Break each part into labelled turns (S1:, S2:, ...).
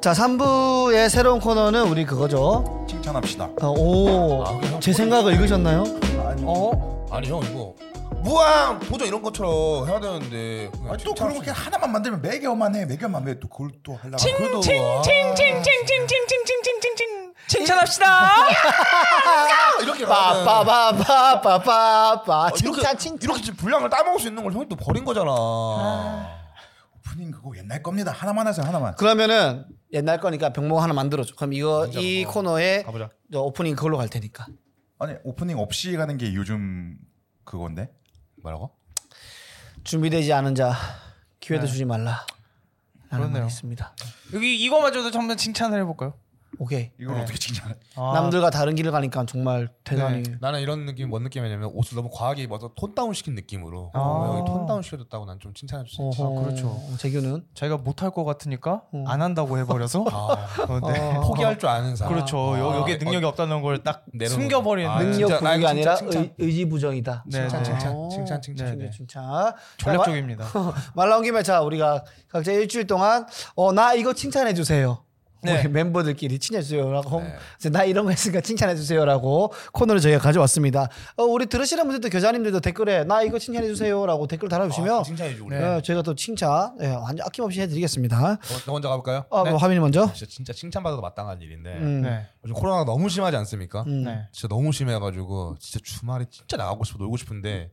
S1: 자, 3부의 새로운 코너는 우리 그거죠.
S2: 칭찬합시다.
S1: 아, 오,
S3: 아, 그래요?
S1: 제 생각을 읽으셨나요?
S2: 아니,
S3: 어? 아니 형 이거 무한 보정 이런 것처럼 해야 되는데 그냥
S2: 아니, 또 그런 거 그냥 하나만 만들면 매겨만 해. 매겨만 해. 또 그걸 또 하려고.
S3: 칭-
S2: 그래도
S3: 아.
S4: 칭칭칭칭칭칭칭칭칭칭칭칭 칭찬합시다.
S3: 이렇게 나가면-
S1: 빠빠빠빠빠빠빠.
S3: 어,
S1: 칭찬,
S3: 이렇게,
S1: 칭찬.
S3: 이렇게 지금 분량을 따먹을 수 있는 걸 형이 또 버린 거잖아
S2: 오프닝 그거 옛날 겁니다. 하나만 하세요. 하나만.
S1: 그러면은 옛날 거니까 병목 하나 만들어줘. 그럼 이거 이 코너에
S3: 아, 가보자.
S1: 저 오프닝 그걸로 갈 테니까.
S2: 아니 오프닝 없이 가는 게 요즘 그건데.
S3: 뭐라고?
S1: 준비되지 않은 자 기회도
S3: 네.
S1: 주지 말라. 라는 말이
S4: 그렇네요.
S1: 있습니다.
S4: 여기 이거마저도 한번 칭찬을 해볼까요?
S1: 오케이.
S2: 이걸 어떻게 칭찬해?
S4: 아,
S1: 남들과 다른 길을 가니까 정말 대단히
S3: 나는 이런 느낌 뭔 느낌이냐면 옷을 너무 과하게 입어서 톤다운 시킨 느낌으로
S4: 아.
S3: 어, 형이 톤다운 시켜줬다고 난 좀 칭찬해 줄수 있지
S1: 어허,
S4: 아, 그렇죠.
S1: 재규는
S4: 자기가 못할 것 같으니까 안 한다고 해버려서
S3: 아,
S4: 어, 네.
S3: 포기할 줄 아는 사람
S4: 그렇죠. 여, 여기에 능력이 없다는 걸 딱
S3: 내려놓는
S4: 숨겨버리는
S3: 거. 아,
S1: 능력
S3: 진짜, 아,
S1: 부족이
S3: 진짜
S1: 아니라
S3: 칭찬.
S1: 의, 의지부정이다.
S4: 네,
S3: 칭찬,
S4: 네.
S3: 칭찬,
S1: 오,
S3: 칭찬, 칭찬.
S1: 칭찬, 칭찬.
S4: 전략적입니다.
S1: 자, 말 나온 김에 자 우리가 각자 일주일 동안 어 나 이거 칭찬해 주세요.
S4: 네.
S1: 우리 멤버들끼리 칭찬해 주세요라고
S3: 네.
S1: 이제 나 이런 거 했으니까 칭찬해 주세요라고 코너를 저희가 가져왔습니다. 어, 우리 들으시는 분들도 교사님들도 댓글에 나 이거 칭찬해 주세요라고 댓글 달아주시면
S3: 아, 칭찬해주고
S1: 네.
S3: 그래.
S1: 저희가 또 칭찬 예, 완전 아낌없이 해드리겠습니다.
S3: 어, 너 먼저 가볼까요?
S1: 어,
S4: 네.
S1: 화면이 먼저.
S3: 진짜, 진짜 칭찬받아도 마땅한 일인데
S1: 음.
S4: 네.
S3: 요즘 코로나가 너무 심하지 않습니까?
S1: 음.
S4: 네.
S3: 진짜 너무 심해가지고 진짜 주말에 진짜 나가고 싶어 놀고 싶은데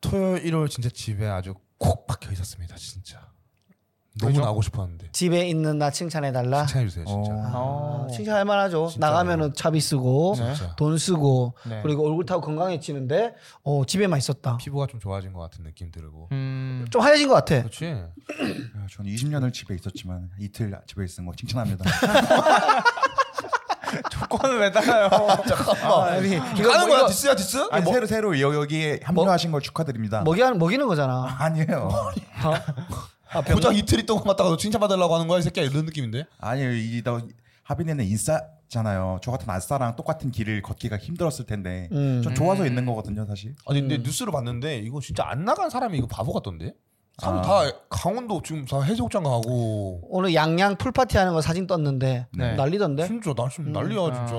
S3: 토요일 일요일 진짜 집에 아주 콕 박혀 있었습니다 진짜 너무
S4: 왜죠?
S3: 나가고 싶었는데
S1: 집에 있는 나 칭찬해 달라.
S3: 칭찬해 주세요 진짜
S2: 어.
S1: 아,
S4: 어.
S1: 칭찬할 만하죠.
S3: 진짜로.
S1: 나가면은 차비 쓰고
S4: 네.
S3: 진짜
S1: 돈 쓰고
S4: 네.
S1: 그리고 얼굴 타고 건강해지는데 어, 집에만 있었다.
S3: 피부가 좀 좋아진 것 같은 느낌 들고
S4: 음.
S1: 좀 하얘진 것 같아.
S3: 그렇지
S2: 야, 아, 저는 20년을 집에 있었지만 이틀 집에 있은 거 칭찬합니다.
S4: 조건을 왜 따가요?
S1: 아니, 이거
S3: 까는
S1: 뭐,
S3: 거야
S1: 이거
S3: 디스야 디스?
S2: 아니, 새로 새로 여- 여기에 합류하신 걸 축하드립니다.
S1: 먹이 먹이는 거잖아.
S2: 아니에요.
S3: 고작 이틀 있던 것 같다가도 칭찬받으려고 하는 거야 이 새끼야 이런 느낌인데
S2: 아니에요. 이 너, 하빈이는 인싸잖아요. 저 같은 아싸랑 똑같은 길을 걷기가 힘들었을 텐데
S1: 음.
S2: 저 좋아서 있는 거거든요, 사실.
S3: 아니 근데 뉴스를 봤는데 이거 진짜 안 나간 사람이 이거 바보 같던데 사람
S2: 아.
S3: 다 강원도 지금 다 해수욕장 가고
S1: 오늘 양양 풀 파티 하는 거 사진 떴는데
S4: 네.
S1: 난리던데.
S3: 진짜 나 지금 난리야 진짜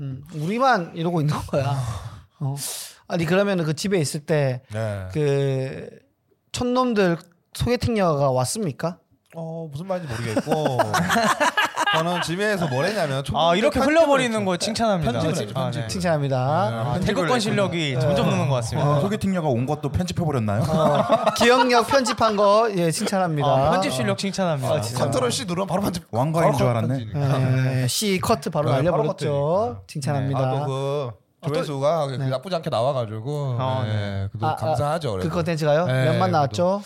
S1: 음, 우리만 이러고 있는 거야. 어. 아니 그러면은 그 집에 있을
S3: 네.
S1: 때 그 촌놈들 소개팅녀가 왔습니까?
S3: 어 무슨 말인지 모르겠고 저는 집에서 뭘 했냐면
S4: 아 이렇게 흘려버리는 거 칭찬합니다.
S3: 편집을 해야죠,
S4: 아,
S3: 편집.
S1: 칭찬합니다.
S4: 아, 태극권 실력이 점점 느는 것 같습니다.
S2: 어, 소개팅녀가 온 것도 편집해 버렸나요?
S1: 기억력 편집한 거 예 칭찬합니다.
S4: 아, 편집 실력
S1: 아,
S3: 아,
S4: 칭찬합니다.
S3: 컨트롤 C 누르면 바로 반지
S2: 왕관인
S3: 아,
S2: 줄 알았네.
S1: 예, C 커트 바로
S3: 네, 바로
S1: 날려버렸죠. 칭찬합니다. 네.
S3: 아또그 조회수가 그 나쁘지 않게 나와가지고
S4: 아,
S3: 예,
S4: 네.
S3: 그래도
S1: 아, 아,
S3: 감사하죠
S1: 그
S3: 그래도.
S1: 컨텐츠가요?
S3: 예,
S1: 몇만
S3: 그래도.
S1: 나왔죠?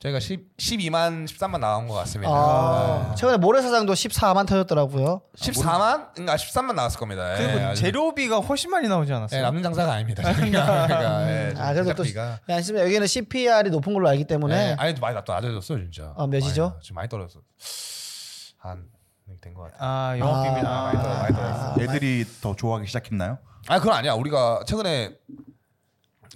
S3: 저희가 10, 12만 13만 나온 것 같습니다
S1: 아,
S3: 예.
S1: 최근에 모래사장도 14만 터졌더라고요.
S3: 14만? 그러니까 13만 나왔을 겁니다 예,
S4: 그리고
S3: 아주-
S4: 네. 재료비가 훨씬 많이 나오지
S3: 예,
S4: 않았어요?
S3: 남는 장사가 아닙니다 그러니까, 그러니까, 예,
S1: 아, 그래도 또
S3: 제작비가.
S1: 네, 알겠습니다. 여기는 CPR이 높은 걸로 알기 때문에
S3: 예, 아니 많이 낮아졌어 진짜
S1: 아, 몇이죠?
S3: 많이, 지금 많이 떨어졌어 한된것 같아
S4: 아 영업비밀. 아,
S3: 많이 떨어 많이 떨어졌어
S2: 애들이 더 좋아하기 시작했나요?
S3: 아 그건 아니야. 우리가 최근에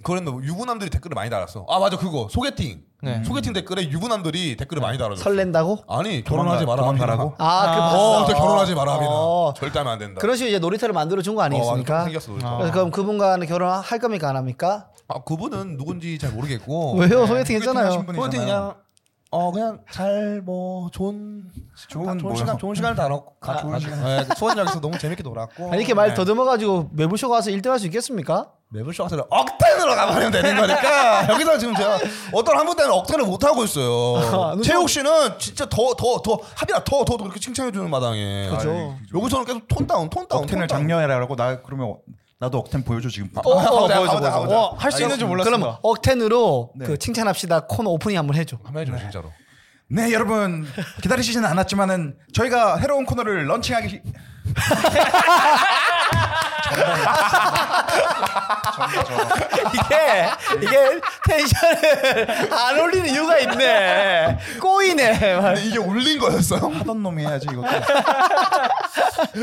S3: 그런데 유부남들이 댓글을 많이 달았어. 아 맞아 그거 소개팅.
S4: 네.
S3: 소개팅 댓글에 유부남들이 댓글을 많이 달아줬어.
S1: 설렌다고?
S3: 아니 결혼하지 마라
S2: 도망가라고?
S3: 하빈아.
S1: 아, 그
S4: 아,
S1: 봤어.
S3: 어, 저 결혼하지 마라 하빈아.
S1: 어.
S3: 절대 하면 안 된다.
S1: 그런 식으로 이제 놀이터를 만들어 준 거 아니겠습니까?
S3: 어, 생겼어. 놀이터.
S1: 그래서 그럼 그분과는 결혼할 겁니까 안 합니까?
S3: 아 그분은 누군지 잘 모르겠고. 네.
S1: 왜요? 소개팅 했잖아요.
S2: 소개팅 하신 분이-
S3: 소개팅 그냥 어 그냥 잘 뭐 좋은
S2: 좋은
S3: 아, 좋은 아,
S2: 뭐요?
S3: 시간 좋은 시간을 다 넣고 가
S2: 좋은 시간.
S3: 네. 소원역에서 너무 재밌게 놀았고
S1: 아니, 이렇게
S3: 네.
S1: 말 더듬어가지고 매부쇼 가서 1등 할 수 있겠습니까?
S3: 매블쇼 가서 억탄으로 가버리면 되는 거니까 여기서 지금 제가 어떤 한 분 때문에 억탄을 못 하고
S1: 아,
S3: 있어요.
S1: 눈썹-
S3: 채욱 씨는 진짜 더 더 더 하빈아 더 더 그렇게 칭찬해 주는 마당에
S1: 그죠.
S3: 아니, 여기서는 계속 톤 다운 톤 다운
S2: 억텐을
S3: 톤 다운.
S2: 장려해라고 나 그러면 어- 나도 억텐 보여줘 지금.
S3: 어, 어, 보여줘, 보여줘.
S4: 어, 할 수 있는 줄
S1: 그럼
S4: 몰랐습니다.
S1: 억텐으로
S2: 네.
S1: 그 칭찬합시다 코너 오프닝 한번 해줘.
S3: 한번 해줘 진짜로.
S2: 네 여러분 기다리시지는 않았지만은 저희가 새로운 코너를 런칭하기. 시-
S1: 이게 예, 이게 텐션을 안 올리는 이유가 있네. 꼬이네.
S3: 근데 아, 이게 올린 거였어요?
S2: 하던 놈이 해야지 이것도.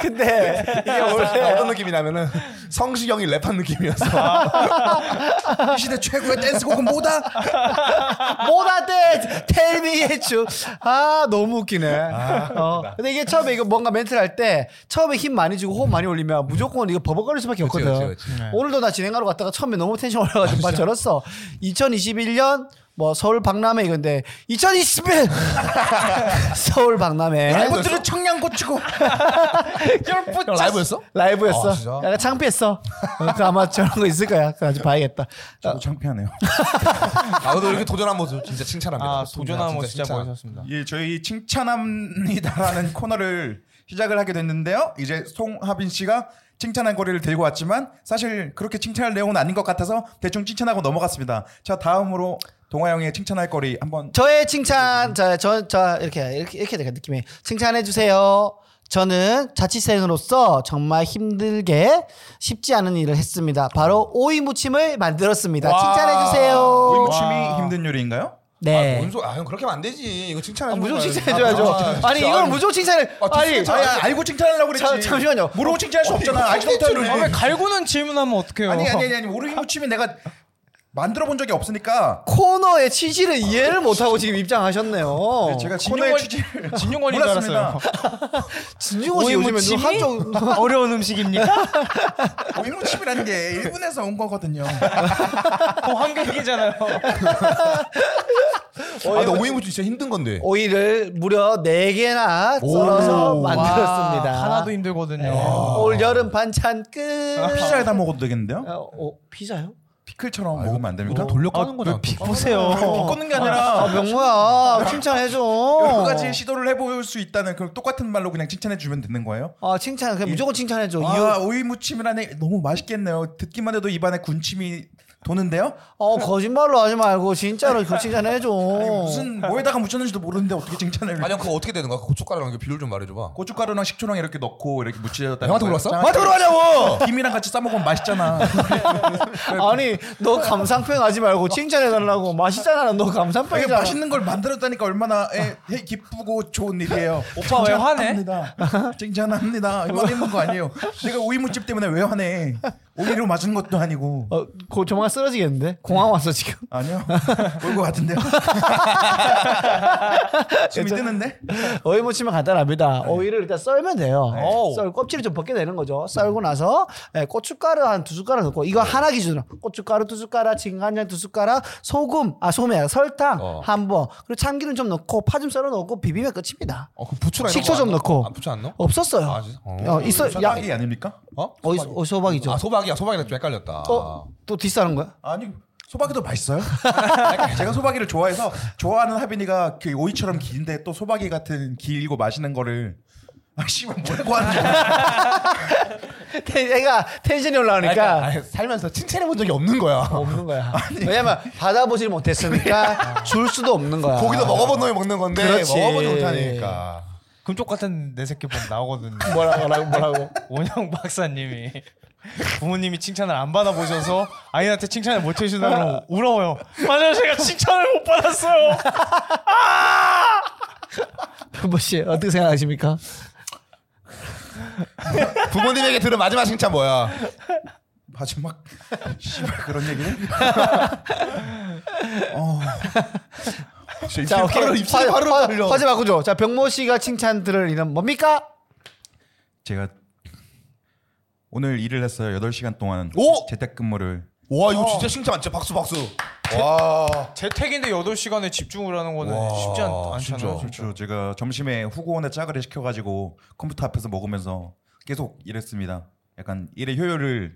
S1: 근데 이게 원래
S3: 어떤 느낌이 나면은 성시경이 랩한 느낌이었어.
S2: 아. 이 시대 최고의 댄스곡은
S3: 아,
S2: 뭐다?
S1: 뭐라대 텔미의 주아 너무 웃기네. 어. 근데 이게 처음에 이거 뭔가 멘트를 할 때 처음에 힘 많이 주고 호흡 많이 올리면 무조건 이거 버벅거릴 수밖에 없거든.
S3: 그치, 그치, 네. 아, 그치.
S1: 오늘도 나 진행하러 갔다가 처음에 너무 텐션 올라가지고 막 저렸어. 2021년 뭐 서울 박람회 이건데 2021 서울 박람회 뭐
S2: 이것들은 청량 고추고.
S3: 라이브였어?
S1: 라이브였어.
S3: 아, 진짜?
S1: 약간 창피했어. 어, 그 아마 저런 거 있을 거야. 그거 아주 봐야겠다.
S2: 저도 창피하네요.
S3: 나도 아, 이렇게 도전한 모습 진짜 칭찬합니다.
S4: 아 도전하는 거 진짜 멋있었습니다.
S2: 예, 저희 칭찬합니다라는 코너를 시작을 하게 됐는데요. 이제 송하빈 씨가 칭찬할 거리를 들고 왔지만 사실 그렇게 칭찬할 내용은 아닌 것 같아서 대충 칭찬하고 넘어갔습니다. 자, 다음으로 동아 형의 칭찬할 거리 한번
S1: 저의 칭찬 저저 저 이렇게 이렇게 이렇게 내가 느낌이 칭찬해 주세요. 저는 자취생으로서 정말 힘들게 쉽지 않은 일을 했습니다. 바로 오이 무침을 만들었습니다.
S4: 와.
S1: 칭찬해
S2: 오이
S1: 주세요.
S2: 무침이
S4: 와.
S2: 힘든 요리인가요?
S3: 네. 아,
S1: 네.
S3: 뭔 소? 아, 형 그렇게 하면 안 되지. 이거 칭찬해
S1: 아, 무조건
S3: 줘야 돼.
S1: 칭찬해 줘야죠.
S3: 아, 진짜.
S1: 아니 이걸 무조건 칭찬해.
S3: 아,
S1: 아, 니
S3: 진짜.
S2: 아니, 아, 알고 칭찬하려고 그랬지.
S1: 자, 잠시만요.
S2: 모르고 칭찬할 수 없잖아. 알지도 못하는
S4: 아, 왜
S2: 요리.
S4: 갈구는 질문하면 어떡해요?
S2: 아니, 아니, 아니, 아니. 오이 무침이 내가 만들어 본 적이 없으니까
S1: 코너의 취지를 이해를 못하고 지금 입장하셨네요.
S2: 제가 코너의
S4: 진용원
S2: 취지를
S4: 진용원인 줄
S2: 몰랐습니다.
S4: 알았어요.
S1: 진중호 씨 요즘에 눈 한쪽
S4: 어려운 음식입니까?
S2: 어, 오이 무침이라는 게 일본에서 온 거거든요.
S4: 어, 한국이잖아요.
S3: 아, 근데 오이무침 진짜 힘든 건데.
S1: 어. 오이를 무려 네개나 썰어서 만들었습니다. 네.
S4: 와, 아, 하나도 힘들거든요.
S1: 올 여름 반찬 끝.
S2: 아, 피자에다 먹어도 되겠는데요?
S1: 어, 어, 피자요?
S2: 피클처럼 뭐 먹으면 안 됩니까?
S3: 이거 돌려 까는 거잖아.
S1: 보세요.
S4: 그
S2: 꺾는 게 아니라
S1: 아, 명호야. 칭찬해줘.
S2: 여러 가지 시도를 해볼 수 있다는 그런 똑같은 말로 그냥 칭찬해 주면 되는 거예요.
S1: 아, 칭찬. 그냥 무조건 칭찬해줘.
S2: 아,
S1: 어, 이유.
S2: 오이 무침이라니 너무 맛있겠네요. 듣기만 해도 입안에 군침이 도는데요.
S1: 어, 거짓말로 하지 말고 진짜로 그 칭찬해줘.
S2: 아니, 무슨 뭐에다가 묻혔는지도 모르는데 어떻게 칭찬을?
S3: 아니, 그거 어떻게 되는 거야? 고춧가루랑 이거 비율 좀 말해줘 봐.
S2: 고춧가루랑 식초랑 이렇게 넣고 이렇게 무치졌다.
S3: 형한테 물어봤어?
S2: 형한테 물어봤냐고! 김이랑 같이 싸 먹으면 맛있잖아.
S1: 아니, 너 감상평 하지 말고 칭찬해달라고. 맛있잖아. 너
S2: 이게
S1: 감상평이잖아.
S2: 맛있는 걸 만들었다니까 얼마나 에, 에, 기쁘고 좋은 일이에요.
S4: 오빠 왜 화내?
S2: 칭찬합니다. 칭찬합니다. 화내는 거 아니에요. 내가 오이무집 때문에 왜 화내? 오이로 맞은 것도 아니고.
S1: 어, 고, 조만간 쓰러지겠는데? 공항 왔어, 지금.
S2: 아니요. 올 것 같은데요. 지금 힘드는데?
S1: 오이 무침은
S3: 네.
S1: 간단합니다. 오이를 일단 썰면 돼요.
S4: 오.
S1: 썰 껍질을 좀 벗게 되는 거죠. 썰고 나서 예, 고춧가루 한 두 숟가락 넣고
S3: 네.
S1: 이거 하나 기준으로 고춧가루 두 숟가락, 진간장 두 숟가락, 소금 아 소금이 아니라 설탕
S3: 어.
S1: 한 번 그리고 참기름 좀 넣고 파 좀 썰어 넣고 비비면 끝입니다.
S3: 어, 그 부추랑 이런
S1: 식초
S3: 거
S1: 좀
S3: 안
S1: 넣고.
S3: 아, 부추 안 넣어?
S1: 없었어요.
S3: 아, 진짜? 어.
S1: 어, 있어 야
S2: 소박이 아닙니까?
S3: 어?
S1: 어이 어, 소박이죠.
S3: 아, 소박이야. 소박이랑 좀 헷갈렸다.
S1: 어, 또 디스하는 거야?
S2: 아니 소박이도 맛있어요. 제가 소박이를 좋아해서 좋아하는 하빈이가 그 오이처럼 긴데 또 소박이 같은 길고 맛있는 거를 아 씨발 뭐라고 하는 거야.
S1: 얘가 텐션이 올라오니까 어,
S3: 아니, 그러니까 살면서 칭찬해 본 적이 없는 거야. 네.
S1: 없는 거야. 왜냐면 받아보질 못했으니까 줄 수도 없는 거야.
S3: 고기도 먹어본 놈이 먹는 건데
S1: 아. 그렇지.
S3: 먹어보지 못하니까.
S4: 금쪽 같은 내 새끼 보면 나오거든요.
S1: 뭐라 뭐라고 뭐라고.
S4: 원영 박사님이 부모님이 칭찬을 안 받아보셔서 아이한테 칭찬을 못 해주다고 울어요. 맞아요, 제가 칭찬을 못 받았어요.
S1: 현보 뭐 씨 어떻게 생각하십니까?
S3: 부모님에게 들은 마지막 칭찬 뭐야?
S2: 마지막 씨발 그런 얘기를. 어.
S1: 자, 오케이.
S3: 바로 입술이 바로
S1: 화,
S3: 걸려.
S1: 화제 바꾸죠. 자, 병모 씨가 칭찬 들을 이름 뭡니까?
S2: 제가 오늘 일을 했어요. 8시간 동안
S3: 오!
S2: 재택근무를
S3: 와
S1: 어.
S3: 이거 진짜 칭찬 맞죠? 박수 박수.
S1: 그
S3: 와.
S4: 재택인데 8시간에 집중을 하는 거는
S3: 와,
S4: 쉽지 않, 않잖아요.
S3: 진짜.
S2: 그렇죠. 제가 점심에 후고원에 짜글을 시켜가지고 컴퓨터 앞에서 먹으면서 계속 일했습니다. 약간 일의 효율을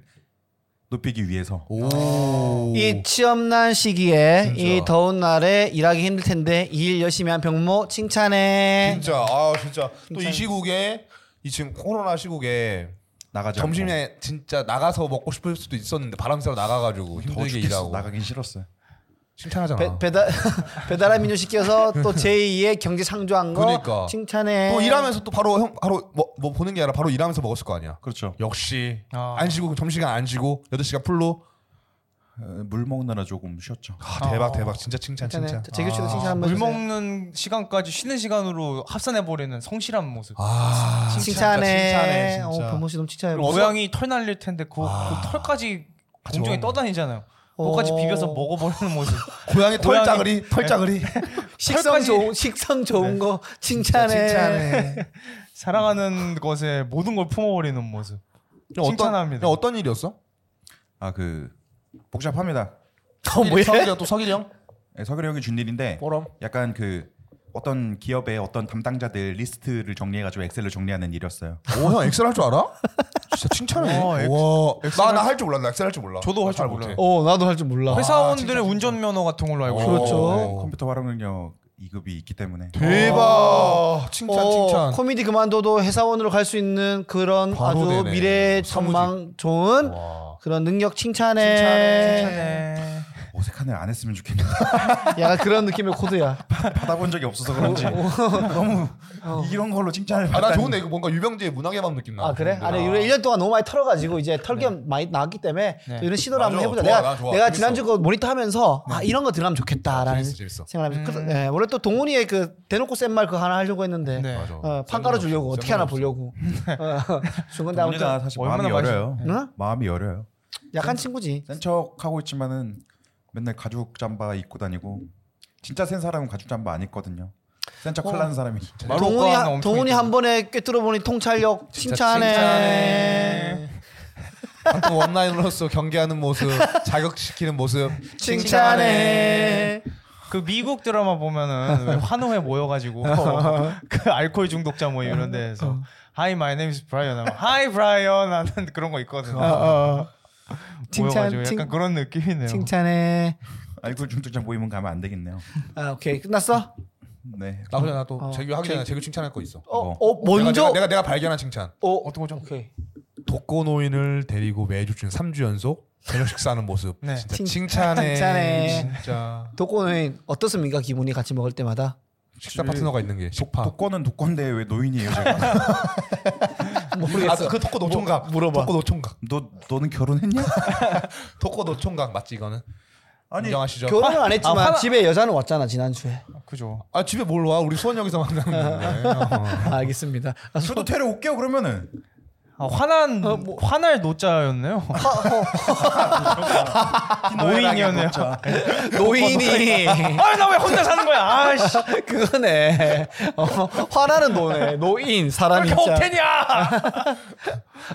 S2: 높이기 위해서.
S3: 오.
S1: 이 취업난 시기에
S3: 진짜.
S1: 이 더운 날에 일하기 힘들 텐데 이 일 열심히 한 병모 칭찬해.
S3: 진짜 아 진짜 또 이 시국에 이 지금 코로나 시국에
S2: 나가자.
S3: 점심에 진짜 나가서 먹고 싶을 수도 있었는데 바람 쐬러 나가가지고
S2: 더
S3: 힘들게
S2: 죽겠어.
S3: 일하고
S2: 나가긴 싫었어요.
S3: 칭찬하잖아.
S1: 배, 배달 배달한 민요 시켜서 또 제2의 경제 창조한 거
S3: 그러니까.
S1: 칭찬해.
S3: 또 일하면서 또 바로 형 바로 뭐, 뭐 보는 게 아니라 바로 일하면서 먹었을 거 아니야.
S2: 그렇죠.
S3: 역시
S4: 아.
S3: 안 쉬고 점심시간 안 쉬고 8시간 풀로
S2: 어, 물 먹느라 조금 쉬었죠.
S3: 아, 대박 대박 진짜 칭찬 진짜.
S1: 칭찬해. 재규 씨도
S4: 아,
S1: 칭찬 한번
S4: 물
S1: 해주세요.
S4: 먹는 시간까지 쉬는 시간으로 합산해 버리는 성실한 모습.
S3: 아
S1: 칭찬해.
S3: 칭찬해, 진짜.
S1: 어, 범호 씨도 칭찬해.
S4: 그리고 고양이 털 날릴 텐데 그,
S3: 아.
S4: 그 털까지 공중에
S3: 그죠.
S4: 떠다니잖아요. 그것까지
S1: 어.
S4: 비벼서 먹어버리는 모습.
S3: 고양이
S4: 고양이-
S3: 털짜그리 털짜그리
S4: 네.
S1: 식성
S4: 털까지-
S1: 좋은 식성 좋은 거
S3: 네.
S1: 칭찬해.
S4: 네. 사랑하는 것에 모든 걸 품어버리는 모습. 칭찬합니다.
S3: 어떤, 어떤 일이었어?
S2: 아 그 복잡합니다.
S4: 아,
S1: 어, 뭐야?
S3: 석일이 형, 또 석일이 형?
S2: 예, 서결이 형이 준 일인데
S3: 뽀럼
S2: 약간 그 어떤 기업의 어떤 담당자들 리스트를 정리해가지고 엑셀로 정리하는 일이었어요.
S3: 오 형 엑셀 할 줄 알아? 진짜 칭찬해.
S4: 어, 엑-
S3: 와나나 할 줄 몰라. 엑셀 할 줄 몰라.
S4: 저도 할줄
S3: 잘
S4: 몰라요.
S3: 못해. 아,
S1: 어 나도 할 줄 몰라.
S4: 회사원들의 운전면허 같은 걸로 알고
S3: 어,
S4: 있어요.
S1: 그렇죠.
S3: 네.
S2: 컴퓨터 활용 능력 2급이 있기 때문에
S3: 대박. 칭찬
S1: 어,
S3: 칭찬.
S1: 코미디 그만둬도 회사원으로 갈 수 있는 그런
S3: 바로
S1: 아주
S3: 되네.
S1: 미래
S3: 사무직.
S1: 전망 좋은
S3: 와.
S1: 그런 능력 칭찬해.
S4: 칭찬해.
S2: 어색한 일 안 했으면 좋겠네.
S1: 약간 그런 느낌의 코드야.
S2: 받아본 적이 없어서 그런지 너무
S4: 어.
S2: 이런 걸로 칭찬을
S3: 아, 나
S2: 받아.
S3: 좋은데 이거 뭔가 유병재의 문학의 밤 느낌 나. 네.
S1: 아 그래? 아니 이거 1년 동안 너무 많이 털어가지고 이제 털겸 많이 나왔기 때문에
S4: 네.
S1: 또 이런 시도를
S3: 맞아.
S1: 한번 해보자.
S3: 좋아,
S1: 내가
S3: 난 좋아.
S1: 내가
S3: 재밌어. 네. 아,
S1: 지난주 거 모니터하면서 아 이런 거 들어가면 좋겠다라는
S3: 재밌어, 음. 재밌어.
S1: 생각을 하면서 그래서, 네, 원래 또 동훈이의 그 대놓고 센 말 그거 하나 하려고 했는데
S4: 네.
S3: 맞아.
S1: 어, 판 깔아 주려고 어떻게 하나 보려고. 어, 중간에
S2: 우리가
S1: 아무튼
S2: 사실
S4: 얼마나
S2: 마음이
S4: 맛있-
S2: 열어요.
S1: 응?
S2: 마음이 열어요.
S1: 약한 친구지.
S2: 센척 하고 있지만은 맨날 가죽 잠바 입고 다니고 진짜 센 사람은 가죽 잠바 안 입거든요. 센척
S1: 어.
S2: 클라는 사람이
S4: 마루
S1: 동훈이
S4: 오빠는
S1: 한,
S4: 엄청
S1: 동훈이
S4: 이쁘고.
S1: 한 번에 꿰뚫어 보니 통찰력 칭찬해.
S3: 칭찬해. 가끔 원라인으로서 경계하는 모습, 자격시키는 모습.
S1: 칭찬해.
S4: 그 미국 드라마 보면은 왜 환호회 모여가지고 그 알코올 중독자 모임 이런
S1: 어.
S4: 데에서 Hi, my name is Brian. 하면, Hi, Brian. 하는 그런 거
S1: 어,
S4: 있거든요.
S1: 칭찬,
S4: 모여가지고
S1: 칭-
S4: 약간 그런 느낌이네요.
S1: 칭찬해.
S2: 알코올 중독자 모임은 가면 안 되겠네요.
S1: 아 오케이 끝났어.
S2: 네.
S3: 나 그래 나또
S1: 어,
S3: 재규 하기
S1: 재규.
S3: 전에 재규 칭찬할 거 있어.
S1: 어,
S2: 뭐.
S1: 어 먼저
S3: 내가, 내가 내가 발견한 칭찬.
S1: 어 어떤 거죠? 오케이.
S3: 독거노인을 데리고 매주 중 3주 연속 저녁 식사하는 모습.
S4: 네.
S3: 진짜
S1: 칭-
S3: 칭찬해.
S1: 칭찬해.
S3: 진짜
S1: 독거노인 어떻습니까 기분이 같이 먹을 때마다
S3: 식사 파트너가 있는 게 식파.
S2: 독권은 독권데 왜 노인이에요 제가?
S1: 모르겠어.
S3: 아, 그 독거 노총각.
S1: 물어봐.
S3: 독거 노총각.
S2: 너 너는
S3: 아,
S2: 결혼했냐?
S3: 독거 노총각 맞지 이거는?
S2: 아니
S3: 인정하시죠?
S1: 결혼은 안 했지만
S4: 아, 화나- 어.
S1: 집에 여자는 왔잖아 지난주에.
S4: 그죠.
S3: 아 집에 뭘 와? 우리 수원역에서 만났는데. 어.
S1: 아, 알겠습니다. 아, 소-
S2: 저도 데려올게요 그러면은.
S4: 아, 화난 화날 노자였네요. 노인이었네요.
S1: 노인이
S4: 아나 왜 혼자 사는 거야? 아씨
S1: 그거네. 어, 화나는 노네. 노인 사람
S4: 이렇게
S1: 입장.
S4: 억텐이야.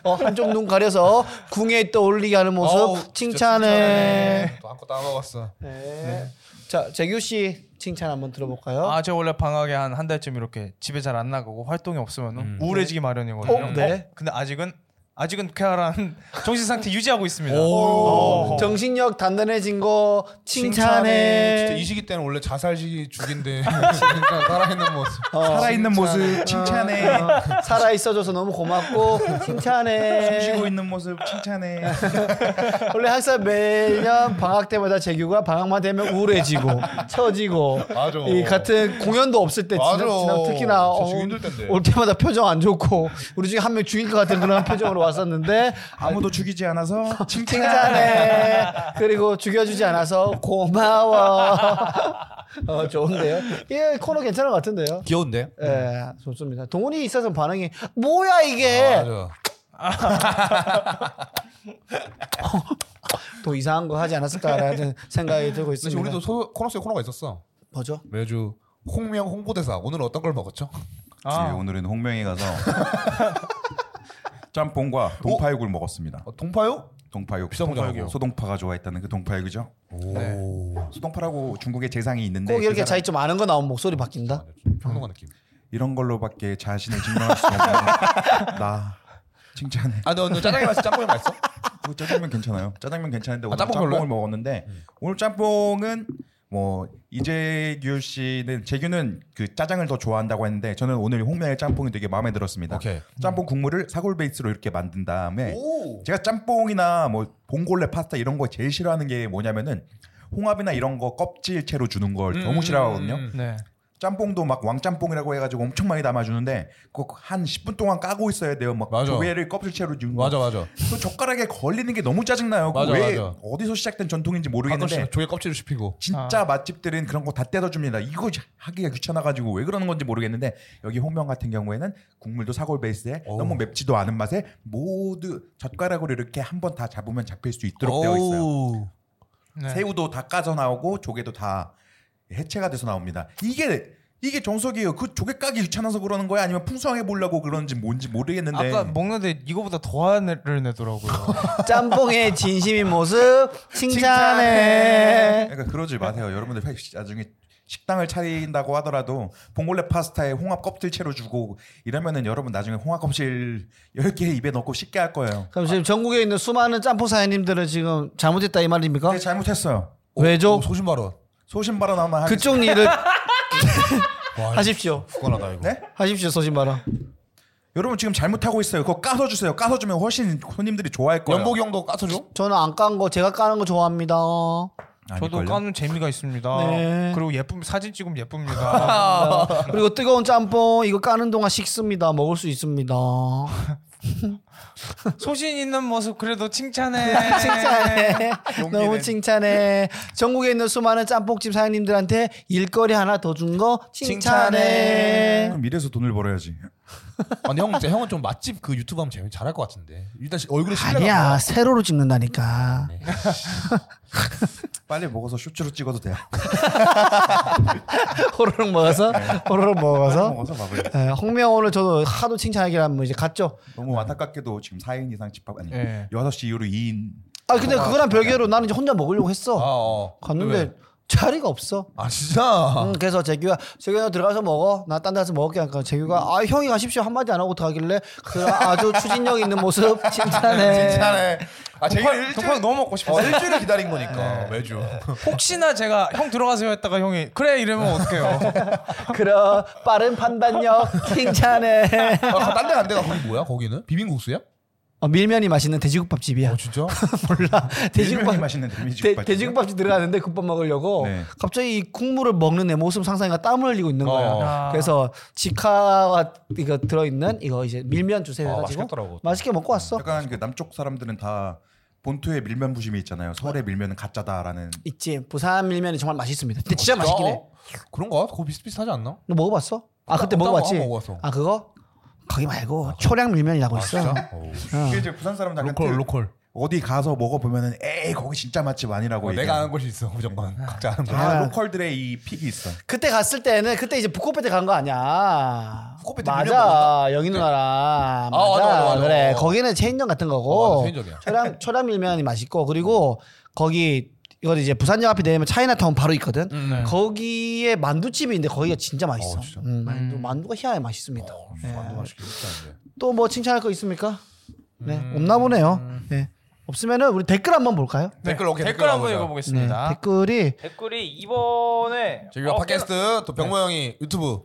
S1: 어, 한쪽 눈 가려서 궁에 떠올리게 하는 모습
S3: 어우, 진짜
S1: 칭찬해.
S3: 또 한껏 따먹었어.
S1: 네. 자 재규 씨 칭찬 한번 들어볼까요?
S4: 아 제가 원래 방학에 한 한 달쯤 이렇게 집에 잘 안 나가고 활동이 없으면 우울해지기 마련이거든요.
S1: 어, 네.
S4: 근데 아직은 아직은 쾌활한 정신 상태 유지하고 있습니다.
S3: 오.
S4: 어.
S1: 정신력 단단해진 거
S3: 진짜 이
S1: 칭찬해.
S3: 시기 때는 원래 자살 시기 죽인데 진짜 살아있는 모습.
S2: 살아있는 모습 칭찬해.
S1: 살아 있어줘서 너무 고맙고
S3: 아.
S2: 숨 쉬고
S1: 칭찬해.
S2: 있는 모습 칭찬해.
S1: 원래 항상 매년 방학 때마다 재규가 방학만 되면 우울해지고 처지고
S3: 맞아.
S1: 이 같은 공연도 없을 때 지나,
S3: 맞아.
S1: 지나- 특히나
S3: 진짜
S1: 어,
S3: 지금 힘들 텐데.
S1: 올 때마다 표정 안 좋고 우리 중에 한 명 죽일 것 같은 그런 표정으로 왔었는데
S2: 아무도 죽이지 않아서 칭찬해.
S1: 칭찬해. 그리고 죽여주지 않아서 고마워. 어, 좋은데요? 예, 코너 괜찮은 것 같은데요?
S3: 귀여운데?
S1: 예, 좋습니다. 동훈이 있어서 반응이, 뭐야, 이게!
S3: 맞아.
S1: 또 이상한 거 하지 않았을까라는 생각이 들고
S3: 사실
S1: 있습니다.
S3: 우리도 소, 코너 속에 코너가 있었어.
S1: 뭐죠?
S3: 매주 홍명 홍보대사 오늘 어떤 걸 먹었죠? 아.
S2: 네, 오늘은 홍명에 가서 짬뽕과 동파육을 먹었습니다.
S3: 어, 동파요?
S2: 동파육,
S3: 어? 비싼 거잖아요.
S2: 동파육이요. 소동파가 좋아했다는 그 동파육이죠. 네.
S3: 오.
S2: 소동파라고 중국의 재상이 있는데
S1: 꼭
S2: 그
S1: 이렇게
S2: 사람-
S1: 자기 좀 아는 거 나오면 목소리 바뀐다?
S3: 평론가 느낌.
S2: 이런 걸로밖에 자신을 증명할 수 없는 나 칭찬해.
S3: 아너너 짜장면 맛있어? 짬뽕이 맛있어?
S2: 뭐 짜장면 괜찮아요. 짜장면 괜찮은데 오늘
S3: 짬뽕
S2: 짬뽕을
S3: 별로야?
S2: 먹었는데
S3: 음.
S2: 오늘 짬뽕은 뭐 이재규 씨는 재규는 그 짜장을 더 좋아한다고 했는데 저는 오늘 홍명의 짬뽕이 되게 마음에 들었습니다.
S3: 오케이.
S2: 짬뽕 국물을 사골 베이스로 이렇게 만든 다음에
S3: 오.
S2: 제가 짬뽕이나 뭐 봉골레 파스타 이런 거 제일 싫어하는 게 뭐냐면은 홍합이나 이런 거 껍질채로 주는 걸
S3: 음.
S2: 너무 싫어하거든요.
S4: 네.
S2: 짬뽕도 막 왕짬뽕이라고 해가지고 엄청 많이 담아주는데 그거 한 10분 동안 까고 있어야 돼요. 막
S3: 맞아.
S2: 조개를 껍질채로 주는 거.
S3: 맞아 맞아.
S2: 그 젓가락에 걸리는 게 너무 짜증나요. 그거
S3: 맞아,
S2: 왜
S3: 맞아. 아, 그렇죠.
S2: 어디서 시작된 전통인지
S3: 가끔씩
S2: 모르겠는데
S3: 조개 껍질을 씹히고.
S2: 진짜 맛집들은 그런 거 다 떼어줍니다. 이거 하기가 귀찮아가지고 왜 그러는 건지 모르겠는데 여기 홍명 같은 경우에는 국물도 사골 베이스에
S3: 오.
S2: 너무 맵지도 않은 맛에 모두 젓가락으로 이렇게 한 번 다 잡으면 잡힐 수 있도록 되어 있어요.
S3: 오우.
S4: 네.
S2: 새우도 다 까져 나오고 조개도 다 해체가 돼서 나옵니다. 이게 이게 정석이에요. 그 조개 까기 귀찮아서 그러는 거야? 아니면 풍성하게 보려고 그런지 뭔지 모르겠는데
S4: 아까 먹는데 이거보다 더한을 내더라고요.
S1: 짬뽕의 진심인 모습 칭찬해.
S2: 그러니까 그러지 마세요. 여러분들 혹시 나중에 식당을 차린다고 하더라도 봉골레 파스타에 홍합 껍질 채로 주고 이러면은 여러분 나중에 홍합 껍질 10개 입에 넣고 쉽게 할 거예요.
S1: 그럼 지금 전국에 있는 수많은 짬뽕 사장님들은 지금 잘못했다 이 말입니까?
S2: 근데 네, 잘못했어요.
S1: 왜죠?
S3: 오, 소신 발언.
S2: 소신 발언하면 하겠...
S1: 그쪽 일을
S3: 와,
S1: 하십시오.
S3: 구간하다 이거.
S2: 네?
S1: 하십시오 소신 발언.
S2: 여러분 지금 잘못하고 있어요. 그거 까서 주세요. 까서 주면 훨씬 손님들이 좋아할 거예요.
S3: 연복이 형도 까서줘?
S1: 저는 안 깐 거 제가 까는 거 좋아합니다.
S4: 저도
S2: 아닐걸요?
S4: 까는 재미가 있습니다.
S1: 네.
S4: 그리고 예쁨 사진 찍으면 예쁩니다.
S1: 그리고 뜨거운 짬뽕 이거 까는 동안 식습니다. 먹을 수 있습니다.
S4: 소신 있는 모습 그래도 칭찬해.
S1: 칭찬해. 너무
S2: 용기는.
S1: 칭찬해. 전국에 있는 수많은 짬뽕집 사장님들한테 일거리 하나 더 준 거 칭찬해.
S2: 그럼 이래서 돈을 벌어야지.
S3: 아니 형, 진짜 형은 좀 맛집 그 유튜브 하면 재미 잘할 것 같은데. 일단 시- 얼굴에 신뢰가.
S1: 아니야 세로로 찍는다니까.
S2: 빨리 먹어서 쇼츠로 찍어도 돼요.
S1: 호로록 먹어서 호로록 먹어서.
S2: 먹어서 밥을.
S1: 예, 홍명 오늘 저도 하도 칭찬하기로 하면 이제 갔죠.
S2: 너무 안타깝게도 지금 4인 이상 집합 아니
S4: 예.
S2: 6시 이후로 2인
S1: 아 근데 그거랑 별개로 나는 이제 혼자 먹으려고
S3: 아,
S1: 했어.
S3: 어.
S1: 갔는데
S3: 왜?
S1: 자리가 없어.
S3: 아 진짜.
S1: 음, 그래서 재규가 재규야 들어가서 먹어. 나 딴 데서 먹을게. 하니까 재규가 아 형이 가십시오 한마디 안 하고 들어가길래 그 아주 추진력 있는 모습 칭찬해.
S3: 칭찬해. 아 제가
S4: 동팡,
S3: 일주일
S4: 동팡 너무 먹고 싶어.
S3: 어, 일주일을 기다린 거니까 매주. 아,
S4: 혹시나 제가 형 들어가세요 했다가 형이 그래 이러면 어떡해요.
S1: 그런 빠른 판단력 칭찬해.
S3: 그 딴데 안 돼가 거기 뭐야? 거기는 비빔국수야?
S1: 어, 밀면이 맛있는 돼지국밥 집이야.
S3: 어 진짜?
S1: 몰라.
S2: 돼지국밥
S1: 돼지국밥
S2: 맛있는
S1: 돼,
S2: 돼지국밥.
S1: 돼지국밥집 들어갔는데 국밥 먹으려고
S2: 네.
S1: 갑자기 이 국물을 먹는 내 모습 상상이가 땀을 흘리고 있는 거야.
S3: 어.
S4: 아.
S1: 그래서 직화가 이거 들어있는 이거 이제 밀면 주세요
S3: 아,
S1: 해가지고
S3: 맛있겠더라고.
S1: 맛있게 먹고 왔어.
S2: 약간 그 남쪽 사람들은 다 본토의 밀면 부심이 있잖아요. 서울의 밀면은 가짜다라는
S1: 있지 부산 밀면이 정말 맛있습니다. 근데 진짜 맛있긴 해.
S3: 어? 그런가? 그거 비슷비슷하지 않나?
S1: 너 먹어봤어? 아 그때
S3: 어, 나
S1: 먹어봤지.
S3: 먹어, 먹어봤어.
S1: 아 그거 거기 말고 초량 밀면이라고 있어.
S3: 아, 진짜? 그 어우.
S1: 아.
S2: 이게 이제 부산 사람들 그
S3: 로컬 로컬.
S2: 어디 가서 먹어보면은 에이 거기 진짜 맛집 아니라고
S3: 어,
S2: 얘기해.
S3: 내가 아는 곳이 있어 무조건 각자 아는 곳.
S2: 다
S1: 아.
S2: 로컬들의 이 픽이 있어.
S1: 그때 갔을 때는 그때 이제 북코페 때 간 거 아니야.
S3: 북코페 때 밀면
S1: 맞아 영희 누나랑 맞아,
S3: 네. 맞아, 맞아, 맞아.
S1: 그래
S3: 어.
S1: 거기는 체인점 같은 거고
S3: 어, 맞아, 체인점이야.
S1: 초량 초량 밀면이 맛있고 그리고 거기 이거 이제 부산역 앞에 내면 차이나타운 바로 있거든.
S4: 네.
S1: 거기에 만두집인데 거기가 진짜 맛있어.
S3: 음, 진짜?
S1: 음, 만두 만두가 희한하게 맛있습니다.
S3: 어, 만두 맛있게 먹자는데.
S1: 또 뭐 칭찬할 거 있습니까? 네,
S3: 음.
S1: 없나 보네요. 네. 없으면은 우리 댓글 한번 볼까요?
S3: 댓글 오케이,
S4: 댓글 한번
S3: 가보자.
S1: 네.
S4: 읽어보겠습니다.
S1: 댓글이
S4: 댓글이 이번에 어, 네.
S3: 저희가 팟캐스트 또 병모 형이 유튜브.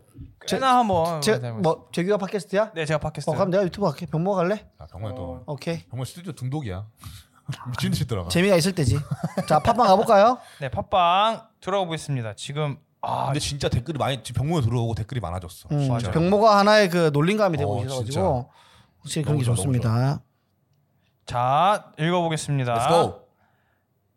S4: 꽤나, 꽤나
S3: 어,
S4: 한번
S1: 제, 뭐 재규가 팟캐스트야?
S4: 네 제가 팟캐스트
S1: 어, 그럼 내가 유튜브 갈게. 병모 갈래?
S3: 아 병모 또
S1: 오케이.
S3: 병모 스튜디오 중독이야. 미친 듯이 들어가.
S1: 재미가 있을 때지. 자, 팟빵 가볼까요?
S4: 네 팟빵 들어가보겠습니다 지금
S3: 아 근데 진짜 댓글이 많이 지금 병모에 들어오고 댓글이 많아졌어.
S1: 음,
S3: 진짜.
S1: 병모가 하나의 그 놀림감이 되고
S3: 어,
S1: 계셔가지고
S3: 진짜.
S1: 확실히 그런 게
S3: 너무 좋아, 너무
S1: 좋습니다.
S4: 자
S3: Let's
S4: 읽어보겠습니다
S3: go.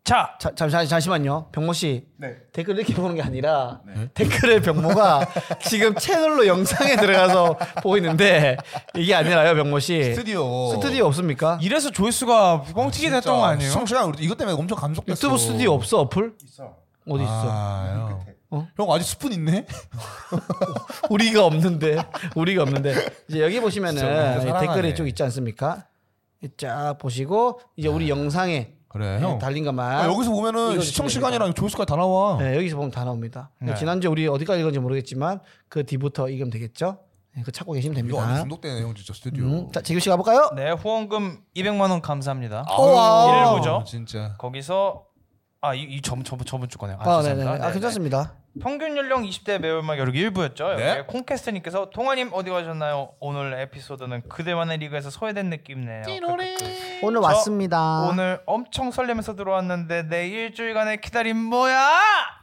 S4: 자
S1: 자, 잠, 잠, 잠시만요. 병모 씨.
S2: 네.
S1: 댓글 이렇게 보는 게 아니라
S3: 네.
S1: 댓글을 병모가 지금 채널로 영상에 들어가서 보이는데 이게 아니라요, 병모
S3: 네.
S1: 씨.
S3: 스튜디오.
S1: 스튜디오 없습니까?
S4: 이래서 조회수가 뻥튀기 됐던 거 아니에요?
S3: 성시랑 우리 이것 때문에 엄청 감속됐어.
S1: 유튜브 스튜디오 없어 어플?
S2: 있어.
S1: 어디 있어?
S3: 아, 형.
S1: 어?
S3: 형 아직 스푼 있네?
S1: 우리가 없는데 우리가 없는데 이제 여기
S3: 진짜
S1: 보시면은
S3: 우리
S1: 이
S3: 사랑하네.
S1: 댓글이 쭉 있지 않습니까? 이쫙 보시고 이제 우리 영상에
S3: 그래
S1: 네,
S3: 네. 형.
S1: 달린 것만
S3: 아, 여기서 보면은
S1: 이거
S3: 시청
S1: 주시면
S3: 시간이랑 조회수까지 다 나와.
S1: 네, 여기서 보면 다 나옵니다.
S4: 네.
S1: 지난주 우리 어디까지 읽었는지 모르겠지만 그 뒤부터 읽으면 되겠죠? 네, 그 찾고 계시면
S3: 이거 완전
S1: 됩니다.
S3: 중독되네 형 진짜 스튜디오.
S1: 음, 자 재규 씨 가볼까요?
S4: 네 후원금 200만 원 감사합니다
S3: 아우,
S1: 우와.
S4: 일부죠.
S3: 진짜.
S4: 거기서 아이 이 저번 저번 저번 주 거네요
S1: 아,
S4: 아,
S1: 네네.
S4: 죄송합니다.
S1: 아
S4: 네네.
S1: 괜찮습니다.
S4: 평균 연령 20대 매월말 겨루기 일부였죠.
S3: 네.
S4: 네. 콩캐스트님께서 동아님 어디 가셨나요? 오늘 에피소드는 그대만의 리그에서 소외된 느낌이네요.
S1: 오늘
S4: 저
S1: 왔습니다.
S4: 오늘 엄청 설레면서 들어왔는데 내 일주일간의 기다림 뭐야?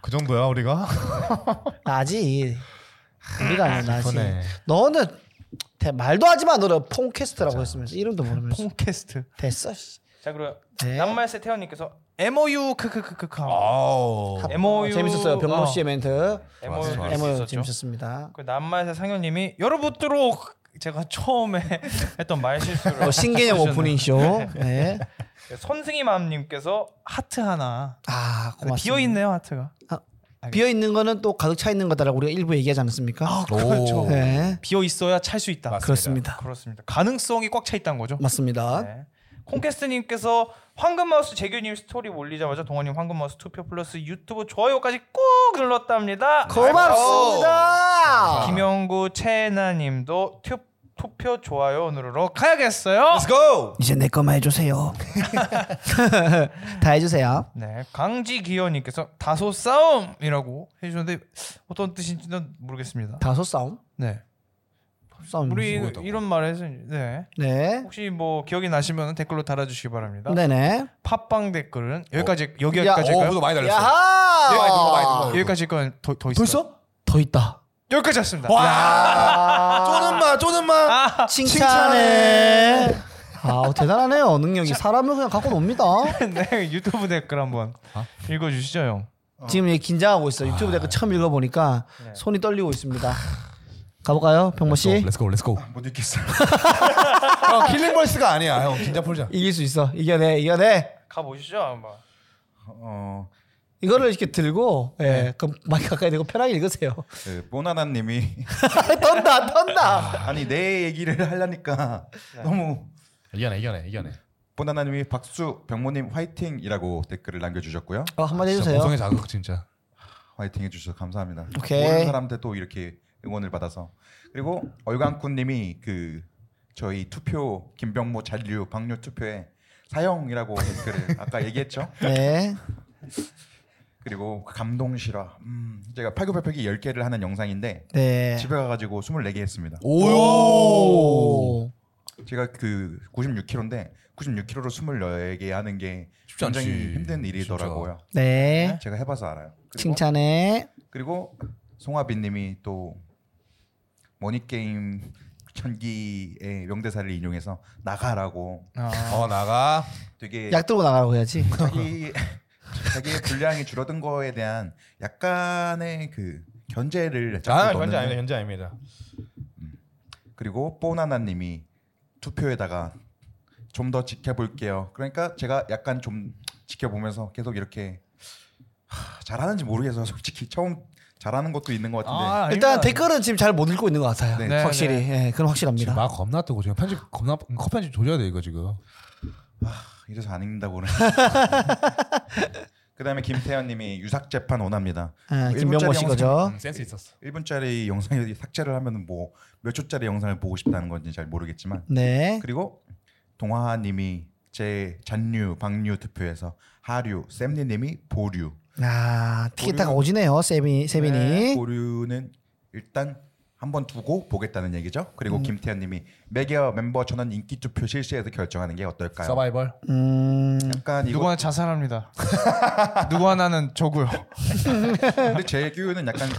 S3: 그 정도야 우리가?
S1: 나지. 우리가 아니야 나지.
S3: 그러네.
S1: 너는 대, 말도 하지 마. 너는 폰캐스트라고 했으면서 이름도 모르면서
S4: 콩캐스트.
S1: 됐어. 씨.
S4: 자 그리고
S1: 네.
S4: 남말세 태원님께서 MOU 크크크크크.
S3: 아우.
S4: MOU.
S1: 재밌었어요. 병모 씨의 멘트.
S4: MOU
S3: 좋았어요.
S1: MOU
S4: 아, 재밌었죠.
S1: 재밌었습니다.
S4: 그 남말세 상현님이 여러분들로 제가 처음에 했던 말 실수를.
S1: 어, 신개념
S4: 아, 해주셨네요.
S1: 오프닝 쇼. 네.
S4: 손승희 맘님께서 하트 하나.
S1: 아 고맙습니다.
S4: 그
S1: 아,
S4: 비어 있네요 하트가.
S1: 비어 있는 거는 또 가득 차 있는 거다라고 우리가 일부 얘기하지 않았습니까?
S4: 아,
S3: 그렇죠.
S1: 네.
S4: 비어 있어야 찰 수 있다.
S1: 그렇습니다.
S4: 그렇습니다. 가능성이 꽉 차 있다는 거죠.
S1: 맞습니다.
S4: 네. 콩캐스트님께서 황금마우스 재규님 스토리 올리자마자 동원님 황금마우스 투표 플러스 유튜브 좋아요까지 꾹 눌렀답니다.
S1: 고맙습니다.
S4: 김영구 채나님도 투 투표 좋아요 누르러 가야겠어요.
S2: Let's go.
S1: 이제 내 것만 해주세요. 다 해주세요.
S4: 네, 강지기현님께서 다소 싸움이라고 해주셨는데 어떤 뜻인지는 모르겠습니다.
S1: 다섯 싸움.
S4: 네,
S1: 싸움.
S4: 우리
S3: 뭐였다고?
S4: 이런 말해서 네
S1: 네.
S4: 혹시 뭐 기억이 나시면 댓글로 달아주시기 바랍니다.
S1: 네네.
S4: 팝빵 댓글은 여기까지 여기
S1: 야,
S4: 여기까지일까요?
S3: 어, 그거 많이 달렸어.
S1: 야하.
S3: 예, 아니, 누가 많이 누가.
S4: 여기까지 건 더, 더 있어요.
S3: 있어?
S1: 더 있다.
S4: 여기까지 왔습니다.
S1: 와.
S3: 쪼는마 쪼는마.
S1: 아. 칭찬해. 아 대단하네요 능력이 사람을 그냥 갖고 놉니다.
S4: 네, 유튜브 댓글 한번
S2: 아?
S4: 읽어주시죠, 형.
S1: 지금 얘 긴장하고 있어 유튜브 댓글 처음 읽어보니까 손이 떨리고 있습니다. 가볼까요 병모 씨?
S3: 렛츠고 렛츠고.
S2: 못 읽겠어.
S3: 형 킬링 벌스가 아니야. 형 긴장 풀자.
S1: 이길 수 있어 이겨내 이겨내.
S4: 가보시죠, 한번.
S2: 어,
S1: 이거를 이렇게 들고 예 그럼 마이크 가까이 대고 편하게 읽으세요.
S2: 그 모나나님이
S1: 떤다 떤다.
S2: 아니 네. 내 얘기를 하려니까 너무
S3: 이겨내 이겨내 이겨내.
S2: 모나나님이 박수 병모님 화이팅이라고 댓글을 남겨주셨고요.
S1: 어, 한마디
S3: 진짜
S1: 해주세요.
S3: 모성의 자극 진짜.
S2: 화이팅 해주셔서 감사합니다.
S1: 오케이.
S2: 모르는 사람한테도 이렇게 응원을 받아서 그리고 얼강꾼님이 그 저희 투표 김병모 잔류 방류 투표에 사형이라고 댓글을 아까 얘기했죠.
S1: 네.
S2: 그리고 감동 실화. 음, 제가 팔굽혀펴기 10개를 하는 영상인데
S1: 네.
S2: 집에 가가지고 24개 했습니다.
S3: 오요.
S2: 제가 그 96kg인데 96kg로 24개 하는 게
S3: 쉽지 않지,
S2: 굉장히 힘든 일이더라고요.
S1: 네.
S2: 제가 해봐서 알아요. 그리고-
S1: 칭찬해.
S2: 그리고 송하빈님이 또 머니게임 전기의 명대사를 인용해서 나가라고
S4: 아,
S3: 어 나가.
S2: 되게
S1: 약 들고 나가라고 해야지.
S2: 자기 자기의 분량이 줄어든 거에 대한 약간의 그 견제를
S3: 아
S2: 자꾸
S3: 현재
S2: 넣는
S3: 아닙니다. 현재 아닙니다.
S2: 그리고 뽀나나님이 투표에다가 좀 더 지켜볼게요. 그러니까 제가 약간 좀 지켜보면서 계속 이렇게 하, 잘하는지 모르겠어요. 솔직히 처음 잘하는 것도 있는 것 같은데
S4: 아,
S1: 일단
S4: 아닙니다.
S1: 댓글은 지금 잘 못 읽고 있는 것 같아요.
S2: 네.
S4: 네,
S1: 확실히. 예, 그건
S3: 지금
S1: 확실합니다.
S3: 막 겁나 뜨고 지금 편집 겁나 컷 편집 조져야 돼 이거 지금.
S2: 이래서 안 읽는다고 그러네. 그다음에 김태현님이 유삭 재판 원합니다.
S1: 아,
S2: 일본짜리
S1: 김병모 씨
S2: 영상-
S1: 거죠.
S3: 음, 센스 있었어.
S2: 1분짜리 영상에 삭제를 하면 뭐 몇 초짜리 영상을 보고 싶다는 건지 잘 모르겠지만
S1: 네.
S2: 그리고 동화님이 제 잔류 방류 투표에서 하류 샘리님이 보류
S1: 아, 티키타가 오지네요. 세빈이. 세빈이.
S2: 보류는 일단 한번 두고 보겠다는 얘기죠. 그리고 김태현님이 매개와 멤버 전원 인기 투표 실시해서 결정하는 게 어떨까요?
S3: 서바이벌.
S1: 음.
S2: 약간
S4: 누구
S2: 이거
S4: 하나 자살합니다. 누구 하나는 저고요.
S2: 근데 제규는 약간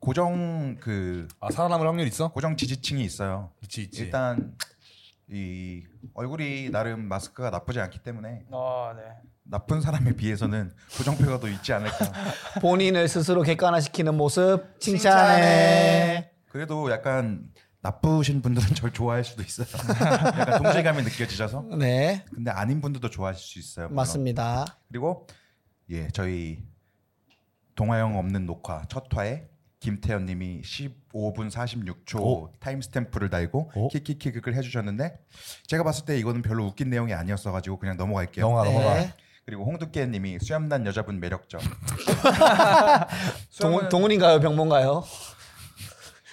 S2: 고정 그
S3: 아 살아남을 확률 있어?
S2: 고정 지지층이 있어요.
S3: 있지 있지.
S2: 일단 이 얼굴이 나름 마스크가 나쁘지 않기 때문에
S4: 아, 네.
S2: 나쁜 사람에 비해서는 부정표가 더 있지 않을까.
S1: 본인을 스스로 객관화시키는 모습. 칭찬해.
S2: 그래도 약간 나쁘신 분들은 절 좋아할 수도 있어요. 약간 동질감이 느껴지셔서.
S1: 네.
S2: 근데 아닌 분들도 좋아하실 수 있어요. 물론.
S1: 맞습니다.
S2: 그리고 예 저희 동화영 없는 녹화 첫 화에 김태현님이 15분 46초 타임스탬프를 달고
S3: 오.
S2: 키키키 극을 해주셨는데 제가 봤을 때 이거는 별로 웃긴 내용이 아니었어가지고 그냥 넘어갈게요.
S3: 영화 넘어가.
S1: 네.
S2: 그리고 홍두깨님이 수염난 여자분 매력적.
S1: 동훈, 동훈인가요? 병모인가요?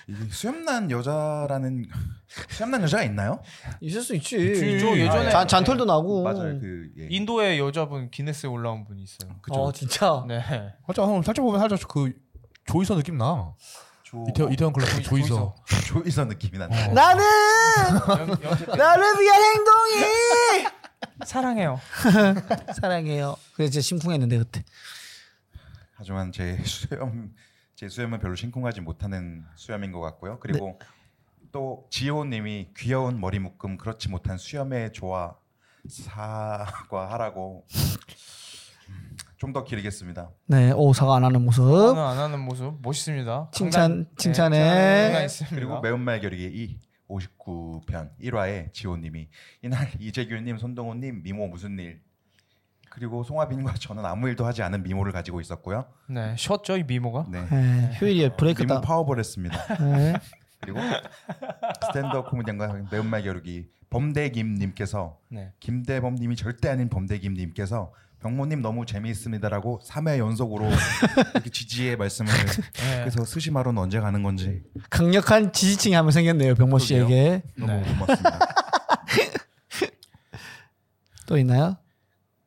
S2: 이게 수염난 여자라는 수염난 여자가 있나요?
S1: 있을 수 있지.
S4: 있죠, 예전에.
S1: 잔, 잔털도 나고.
S2: 맞아요. 그 예.
S4: 인도의 여자분 기네스에 올라온 분이 있어요.
S2: 그죠.
S1: 어 진짜.
S4: 네.
S3: 살짝 형 살짝 보면 살짝 그 조이서 느낌 나.
S2: 조...
S3: 이태원 이태원 클럽
S4: 조이-
S3: 조이서.
S2: 조이서 느낌이 난다.
S3: 어.
S1: 나는
S4: 영- 영식 때
S1: 나를 위한 행동이
S4: 사랑해요.
S1: 사랑해요. 그래 진짜 심쿵했는데 그때.
S2: 하지만 제 수염 제 수염은 별로 심쿵하지 못하는 수염인 것 같고요. 그리고
S4: 네.
S2: 또 지호님이 귀여운 머리 묶음 그렇지 못한 수염의 조화 사과하라고 음, 좀 더 길겠습니다.
S1: 네, 오 사과 안 하는 모습.
S4: 저는 안 하는 모습 멋있습니다.
S1: 칭찬-
S4: 강단-
S1: 칭찬해.
S4: 네, 칭찬할 의미가 있습니다.
S2: 그리고 매운말 겨루기 2 59편 1화에 지호님이 이날 이재규님, 손동호님, 미모 무슨 일 그리고 송하빈과 저는 아무 일도 하지 않은 미모를 가지고 있었고요.
S4: 네, 쉬었죠 이 미모가.
S2: 네.
S1: 네, 휴일이
S2: 미모
S1: 브레이크다.
S2: 파워볼 했습니다.
S1: 네.
S2: 그리고 스탠드업 코미디언과 매운말 겨루기 범대김님께서
S4: 네.
S2: 김대범님이 절대 아닌 범대김님께서 병모님 너무 재미있습니다라고 3회 연속으로 이렇게 지지의 말씀을
S4: 네.
S2: 그래서 스시마로는 언제 가는 건지
S1: 강력한 지지층이 한명 생겼네요 병모
S2: 그러게요.
S1: 씨에게.
S2: 너무
S4: 네.
S2: 고맙습니다.
S1: 또 있나요?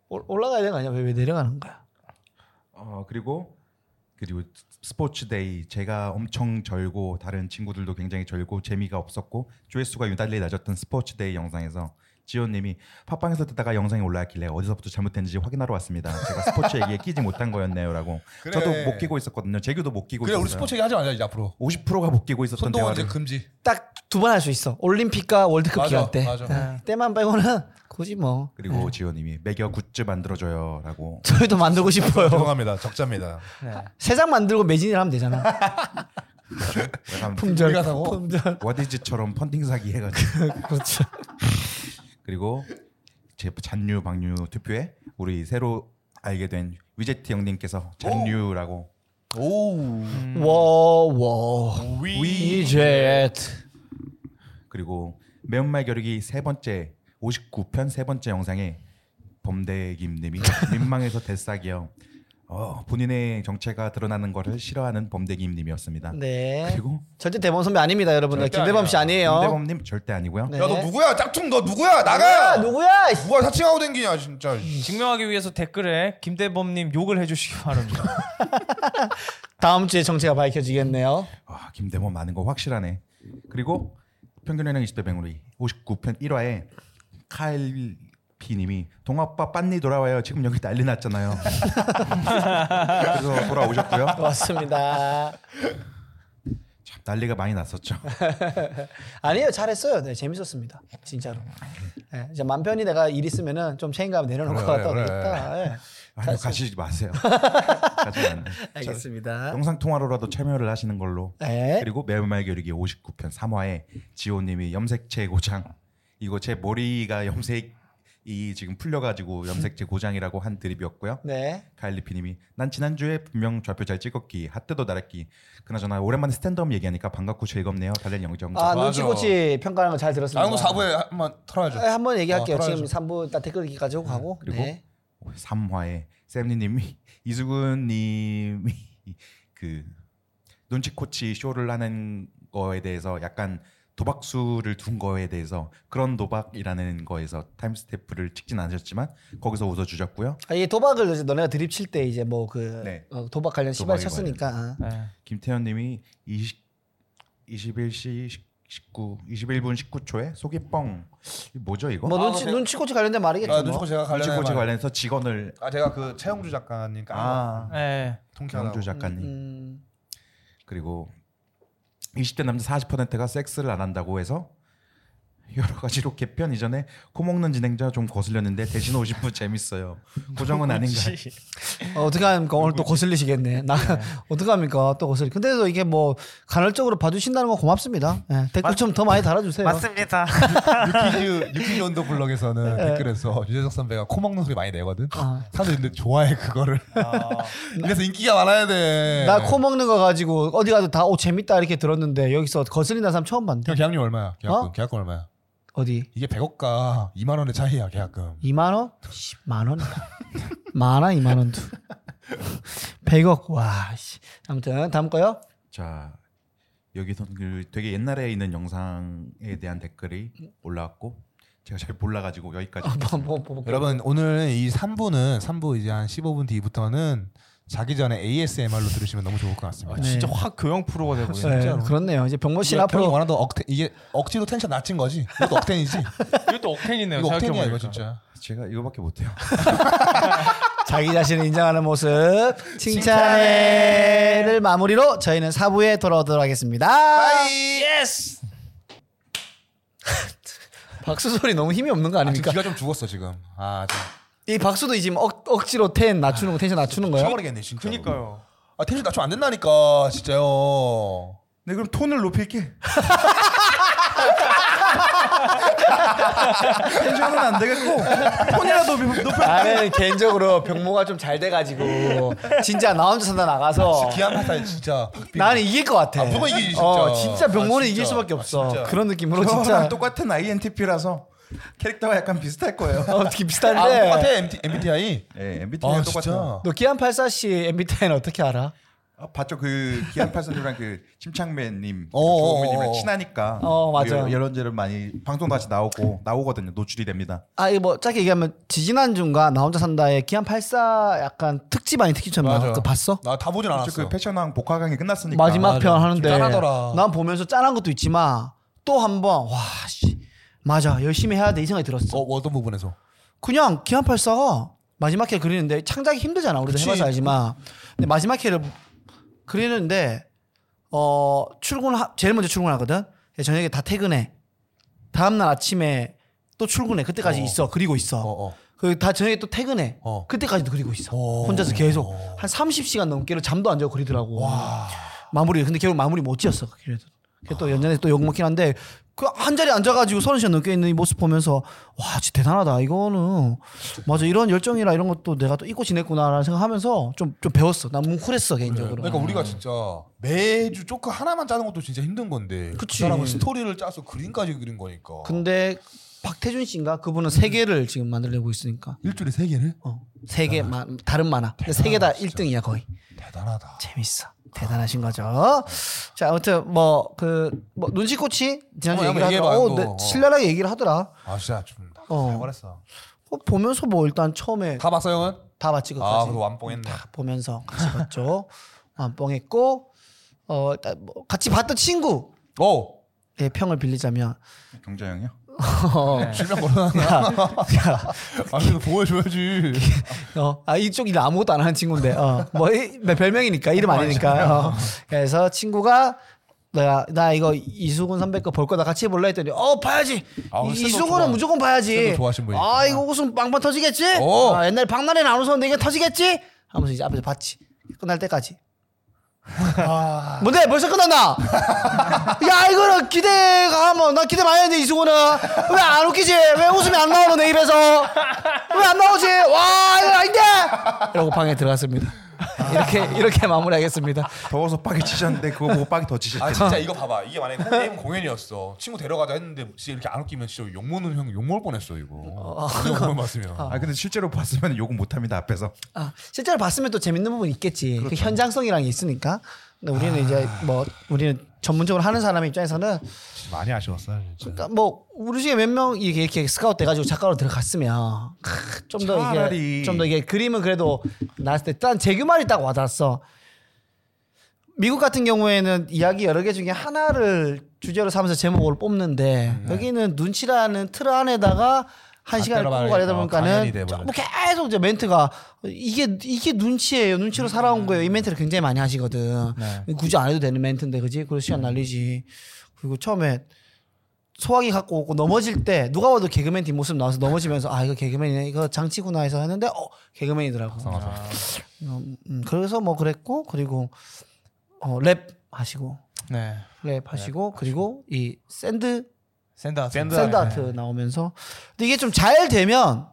S1: 올- 올라가야 되는 거 아니야? 왜, 왜 내려가는 거야?
S2: 어 그리고 그리고 스포츠데이 제가 엄청 절고 다른 친구들도 굉장히 절고 재미가 없었고 조회수가 유달리 낮았던 스포츠데이 영상에서 지호님이 팟빵에서 듣다가 영상이 올라왔길래 어디서부터 잘못됐는지 확인하러 왔습니다. 제가 스포츠 얘기에 끼지 못한 거였네요라고.
S3: 그래.
S2: 저도 못 끼고 있었거든요. 재규도 못 끼고
S3: 그래 우리
S2: 있었어요.
S3: 스포츠 얘기 하지 말자 이제 앞으로.
S2: 50%가 못 끼고 있었던
S3: 손동원 이제 그
S2: 대화를
S3: 금지.
S1: 딱 두 번 할 수 있어. 올림픽과 월드컵
S3: 맞아,
S1: 기간 때.
S3: 맞아.
S1: 네, 때만 빼고는 굳이 뭐.
S3: 네.
S2: 그리고 지호님이 매겨 굿즈 만들어줘요라고.
S1: 저희도 만들고 싶어요.
S3: 죄송합니다. 적자입니다.
S4: 네.
S1: 세 장 만들고 매진을 하면 되잖아.
S2: 약간
S1: 품절.
S3: 우리가 사고?
S1: 품절.
S2: 와디즈처럼 펀딩 사기 해가지고.
S1: 그렇죠.
S2: 그리고 제 잔류 방류 투표에 우리 새로 알게 된 위제트 형님께서 잔류라고
S3: 오.
S1: 워워 위젯.
S2: 그리고 매운말 겨루기 세 번째 59편 세 번째 영상에 범대김님이 민망해서 대싸기요. 어, 본인의 정체가 드러나는 것을 싫어하는 범대김님이었습니다.
S1: 네.
S2: 그리고
S1: 절대 대범 선배 아닙니다, 여러분들.
S3: 절대
S1: 김대범 씨 아니에요.
S2: 범대범님 절대 아니고요.
S1: 네.
S3: 야너 누구야? 짝퉁 너 누구야? 음.
S1: 야,
S3: 나가.
S1: 아, 누구야? 이씨.
S3: 누가 사칭하고 댕기냐 진짜.
S4: 증명하기 위해서 댓글에 김대범님 욕을 해주시기 바랍니다.
S1: 다음 주에 정체가 밝혀지겠네요.
S2: 아, 김대범 많은 거 확실하네. 그리고 평균 연령 20대 뱅우리 59편 1화에 카일 B님이 동아빠 빤니 돌아와요. 지금 여기 난리 났잖아요. 그래서 돌아오셨고요.
S1: 맞습니다.
S2: 참 난리가 많이 났었죠.
S1: 아니에요, 잘했어요. 네, 재밌었습니다. 진짜로. 네, 이제 만 편히 내가 일 있으면은 좀 책임감 내려놓고
S3: 그래,
S1: 왔다
S3: 그래,
S1: 갔다. 예.
S2: 아니요 가시지 마세요. 가지 않아요. 자,
S1: 알겠습니다.
S2: 영상 통화로라도 참여를 하시는 걸로.
S1: 네.
S2: 그리고 매운말 겨루기 59편 3화에 지호님이 염색체 고장. 이거 제 머리가 염색이 지금 풀려가지고 염색체 고장이라고 한 드립이었고요.
S1: 네.
S2: 가일리피님이 난 지난주에 분명 좌표 잘 찍었기 핫뜨도 나랬기 그나저나 오랜만에 스탠드업 얘기하니까 반갑고 즐겁네요 달린 영정
S1: 아,
S3: 맞아.
S1: 눈치고치 평가하는 거 잘 들었습니다.
S3: 양구 4부에 한번 털어야죠.
S1: 네, 한번 얘기할게요.
S3: 아,
S1: 지금
S3: 돌아가죠.
S1: 3부 다 댓글 가지고 가고.
S2: 그리고
S1: 네.
S2: 3화에 샘리님이 이수근님이 그 눈치코치 쇼를 하는 거에 대해서 약간 도박수를 둔 거에 대해서 그런 도박이라는 거에서 타임스테프를 찍진 않으셨지만 거기서 웃어주셨고요
S1: 아, 이 도박을 이제 너네가 드립 칠 때 이제 뭐 그
S2: 네.
S1: 도박 관련 시발
S2: 도박에
S1: 쳤으니까. 아.
S4: 네.
S2: 김태현님이 20, 21시 19 21분 19초에 속이 뻥 이게 뭐죠 이거?
S1: 뭐
S3: 아,
S1: 눈치
S3: 제가-
S1: 눈치코치 관련된 말이겠죠.
S3: 아,
S1: 뭐.
S3: 눈치코 제가 관련해.
S2: 정치코치 관련해서 직원을
S3: 아 제가 그 최영주 작가님
S2: 아
S4: 네.
S3: 통쾌하다고.
S2: 경주 작가님
S1: 음.
S2: 그리고 20대 남자 40%가 섹스를 안 한다고 해서 여러 가지로 개편 이전에 코먹는 진행자 좀 거슬렸는데 대신 오신 분 재밌어요 고정은 아닌가
S1: 어, 어떻게 합니까? 오늘 또 거슬리시겠네. 나 어떻게 합니까? 또 거슬리. 근데도 이게 뭐 간헐적으로 봐주신다는 건 고맙습니다. 예, 댓글 좀 더 많이 달아주세요.
S4: 맞습니다.
S3: 유키즈 유키즈 온도 블og에서는 댓글에서 유재석 선배가 코 먹는 소리 많이 내거든.
S1: 네. 아.
S3: 사람들이 근데 좋아해 그거를. 그래서 인기가 많아야 돼.
S1: 나 코 먹는 거 가지고 어디 가도 다 오 재밌다 이렇게 들었는데 여기서 거슬린다는 사람 처음 봤는데
S3: 형 계약료 얼마야? 계약금
S1: 어?
S3: 계약금 얼마야?
S1: 어디
S3: 이게 100억과 2만 원의 차이야 계약금.
S1: 2만 원? 10만 원? 많아 2만 원도 100억 와 씨. 아무튼 다음 거요?
S2: 자 여기서 그 되게 옛날에 있는 영상에 대한 댓글이 올라왔고 제가 잘
S1: 아,
S2: 몰라가지고 여기까지
S3: 뭐,
S1: 어, 뭐, 뭐, 뭐, 뭐.
S3: 여러분 오늘 이 3부는 3부 이제 한 15분 뒤부터는 자기 전에 ASMR로 들으시면 너무 좋을 것 같습니다.
S1: 네.
S4: 진짜 확 교양 프로가 되고 있어요.
S1: 네, 그렇네요. 이제 병모 씨는
S3: 앞으로
S1: 앞으로
S3: 원하도 억텐 이게 억지로 텐션 낮춘 거지. 이것도 억텐이지.
S4: 이것도 억텐이네요.
S3: 이거 억텐이야
S4: 네, 생각해보니까.
S3: 이거 진짜.
S2: 제가 이거밖에 못해요.
S1: 자기 자신을 인정하는 모습 칭찬해를 마무리로 저희는 4부에 돌아오도록 하겠습니다.
S2: 예스.
S1: 박수 소리 너무 힘이 없는 거
S3: 아, 지금
S1: 아닙니까?
S3: 기가 좀 죽었어 지금. 아, 좀
S1: 이 박수도 지금 억, 억지로 텐 낮추는 거 텐션 낮추는 거예요?
S3: 쳐버리겠네 진짜.
S4: 어, 그니까요.
S3: 아 텐션 낮추면 안 된다니까 진짜요.
S2: 네 그럼 톤을 높일게. 텐션은 안 되겠고 톤이라도 높- 높여.
S1: 나는 개인적으로 병모가 좀 잘 돼가지고 네. 진짜 나 혼자 산다 나가서
S3: 기한 파탈 진짜. 박빙.
S1: 나는 이길 것 같아.
S3: 아, 무조건 이기지, 진짜.
S1: 어, 진짜 병모는
S3: 아, 진짜.
S1: 이길 수밖에
S3: 아,
S1: 없어.
S3: 진짜.
S1: 그런 느낌으로
S2: 저랑
S1: 진짜
S2: 똑같은 INTP라서 캐릭터가 약간 비슷할 거예요.
S1: 어, 되게
S3: 아
S1: 비슷한데.
S3: 똑같아 MT, MBTI.
S2: 예, MBTI
S3: 아
S2: 랑 똑같아요.
S3: 진짜.
S1: 너 기안 84씨 MBTI는 어떻게 알아?
S2: 아, 봤죠 그 기안 팔선님랑 그 침착맨님, 그
S3: 어, 어,
S2: 조은민님이랑
S3: 어, 어.
S2: 친하니까
S1: 어, 맞아요.
S2: 여- 여론제를 많이 방송 다시 나오고 나오거든요. 노출이 됩니다.
S1: 아, 이거 뭐 짧게 얘기하면 지지난주인가 나 혼자 산다에 기안 84 약간 특집 아닌 특집처럼
S3: 맞아.
S1: 나왔거 봤어?
S3: 나다 보진 않았어.
S2: 그 패션왕 복화강이 끝났으니까
S1: 마지막
S3: 맞아.
S1: 편 하는데
S3: 그러니까. 좀 짠하더라.
S1: 난 보면서 짠한 것도 있지만 또 한번 와 씨. 맞아. 열심히 해야 돼. 이 생각이 들었어.
S3: 어 어떤 부분에서?
S2: 아,
S1: 그냥 기안 84가 마지막 회 그리는데 창작이 힘들잖아. 우리도
S3: 그치.
S1: 해봐서 알지만. 근데 마지막 회를 그리는데 어 출근 제일 먼저 출근하거든. 그래서 저녁에 다 퇴근해. 다음 날 아침에 또 출근해. 그때까지
S3: 어.
S1: 있어. 그리고 있어.
S3: 어 어.
S1: 그 다 저녁에 또 퇴근해.
S3: 어.
S1: 그때까지도 그리고 있어.
S3: 어.
S1: 혼자서 계속
S3: 어.
S1: 한 30시간 넘게를 잠도 안 자고 그리더라고.
S3: 와.
S1: 마무리. 근데 결국 마무리 못 지었어. 그래도. 그게 또 연전에 또 욕먹긴 한데 그 한 자리에 앉아가지고 서른 시간 넘게 있는 이 모습 보면서 와 진짜 대단하다 이거는 맞아 이런 열정이라 이런 것도 내가 또 잊고 지냈구나라는 생각하면서 좀 좀 배웠어 난 뭉클했어 개인적으로
S3: 그러니까 우리가 진짜 매주 조크 하나만 짜는 것도 진짜 힘든 건데 그
S1: 그치.
S3: 사람은 스토리를 짜서 그림까지 그린 거니까
S1: 어. 근데 박태준 씨인가 그분은 세 개를 지금 만들려고 있으니까
S3: 일주일에 세 개를
S1: 어세개 다른 만화 근데 세 개 다 1등이야 거의
S3: 대단하다.
S1: 재밌어. 대단하신 거죠. 자, 아무튼 뭐 그 뭐 눈치코치 지난주
S3: 어,
S1: 얘기를 하더라.
S3: 얘기해봐요,
S1: 어,
S3: 그거.
S1: 네,
S3: 어.
S1: 신랄하게 얘기를 하더라.
S3: 아 진짜 좀잘
S1: 어.
S3: 버렸어.
S1: 어, 보면서 뭐 일단 처음에
S3: 다 봤어 형은?
S1: 다 봤지
S3: 아
S1: 그까지
S3: 그래도 완뽕했네.
S1: 보면서 같이 봤죠. 안 뻥했고 어 일단 뭐 같이 봤던 친구의 예,
S3: 오
S1: 평을 빌리자면
S2: 경자형이요.
S1: 어.
S3: 네. 실명 걸어놨나? 아 그래도 보여줘야지.
S1: 어, 아, 이쪽 일 아무것도 안 하는 친구인데, 어, 뭐, 이- 네, 별명이니까, 이름
S3: 뭐
S1: 아니니까. 어. 그래서 친구가, 내가, 나 이거 이수근 선배 거 볼 거다 같이 볼라 했더니, 어, 봐야지!
S3: 아,
S1: 이-
S3: 오늘 쌤도
S1: 이수근은
S3: 좋아.
S1: 무조건 봐야지!
S3: 쌤도 좋아하신 분이
S1: 아,
S3: 있구나.
S1: 이거 웃음 빵빵 터지겠지?
S3: 오!
S1: 아, 옛날에 박나래는 안 웃었는데 이게 터지겠지? 하면서 이제 앞에서 봤지. 끝날 때까지. 뭔데 벌써 끝났나? 야 이거는 기대가 하면 나 기대 많이 했는데 이승우는 왜 안 웃기지? 왜 웃음이 안 나오는 내 입에서 왜 안 나오지? 와 이거 아닌데? 이러고 방에 들어갔습니다. 이렇게 이렇게 마무리하겠습니다.
S2: 더워서 빠개 치셨는데 그거 보고 빠개 더 치셨대.
S3: 아 진짜 이거 봐봐. 이게 만약에 게임 공연이었어. 친구 데려가자 했는데 진짜 이렇게 안 웃기면 진짜 욕먹는 형 욕먹을 뻔했어 이거. 이거 보면 봤으면.
S2: 아 근데 실제로 봤으면 욕은 못합니다 앞에서.
S1: 아, 실제로 봤으면 또 재밌는 부분 이 있겠지. 그 현장성이랑 게 있으니까. 근데 우리는 이제 뭐 우리는 전문적으로 하는 사람 입장에서는
S3: 많이 아쉬웠어요 진짜.
S1: 그러니까 뭐 우리 중에 몇 명 이렇게, 이렇게 스카웃 돼가지고 작가로 들어갔으면 좀 더 이게
S2: 차라리.
S1: 좀 더 이게 그림은 그래도 나왔을 때 일단 재규 말이 딱 와닿았어. 미국 같은 경우에는 이야기 여러 개 중에 하나를 주제로 삼아서 제목을 뽑는데 여기는 눈치라는 틀 안에다가 한
S3: 다
S1: 시간을
S3: 네. 아, 때려박으니까
S1: 끌고 가려다
S3: 어, 당연히
S1: 보니까는
S3: 돼버려.
S1: 뭐 계속 이제 멘트가 이게 이게 눈치예요. 눈치로
S3: 음.
S1: 살아온 거예요. 이 멘트를 굉장히 많이 하시거든.
S3: 네.
S1: 굳이 안 해도 되는 멘트인데 그지? 그
S3: 음.
S1: 시간 날리지. 그리고 처음에 소화기 갖고 오고 넘어질 때 누가 봐도 개그맨 뒷모습 나와서 넘어지면서 아 이거 개그맨이네 이거 장치구나 해서 했는데 어
S3: 아,
S1: 개그맨이더라고 음, 음, 그래서 뭐 그랬고 그리고 어, 랩 하시고
S4: 네.
S1: 랩 하시고 그리고 이 샌드
S4: 샌드 네.
S3: 샌드
S1: 샌드 아트 나오면서 근데 이게 좀 잘 되면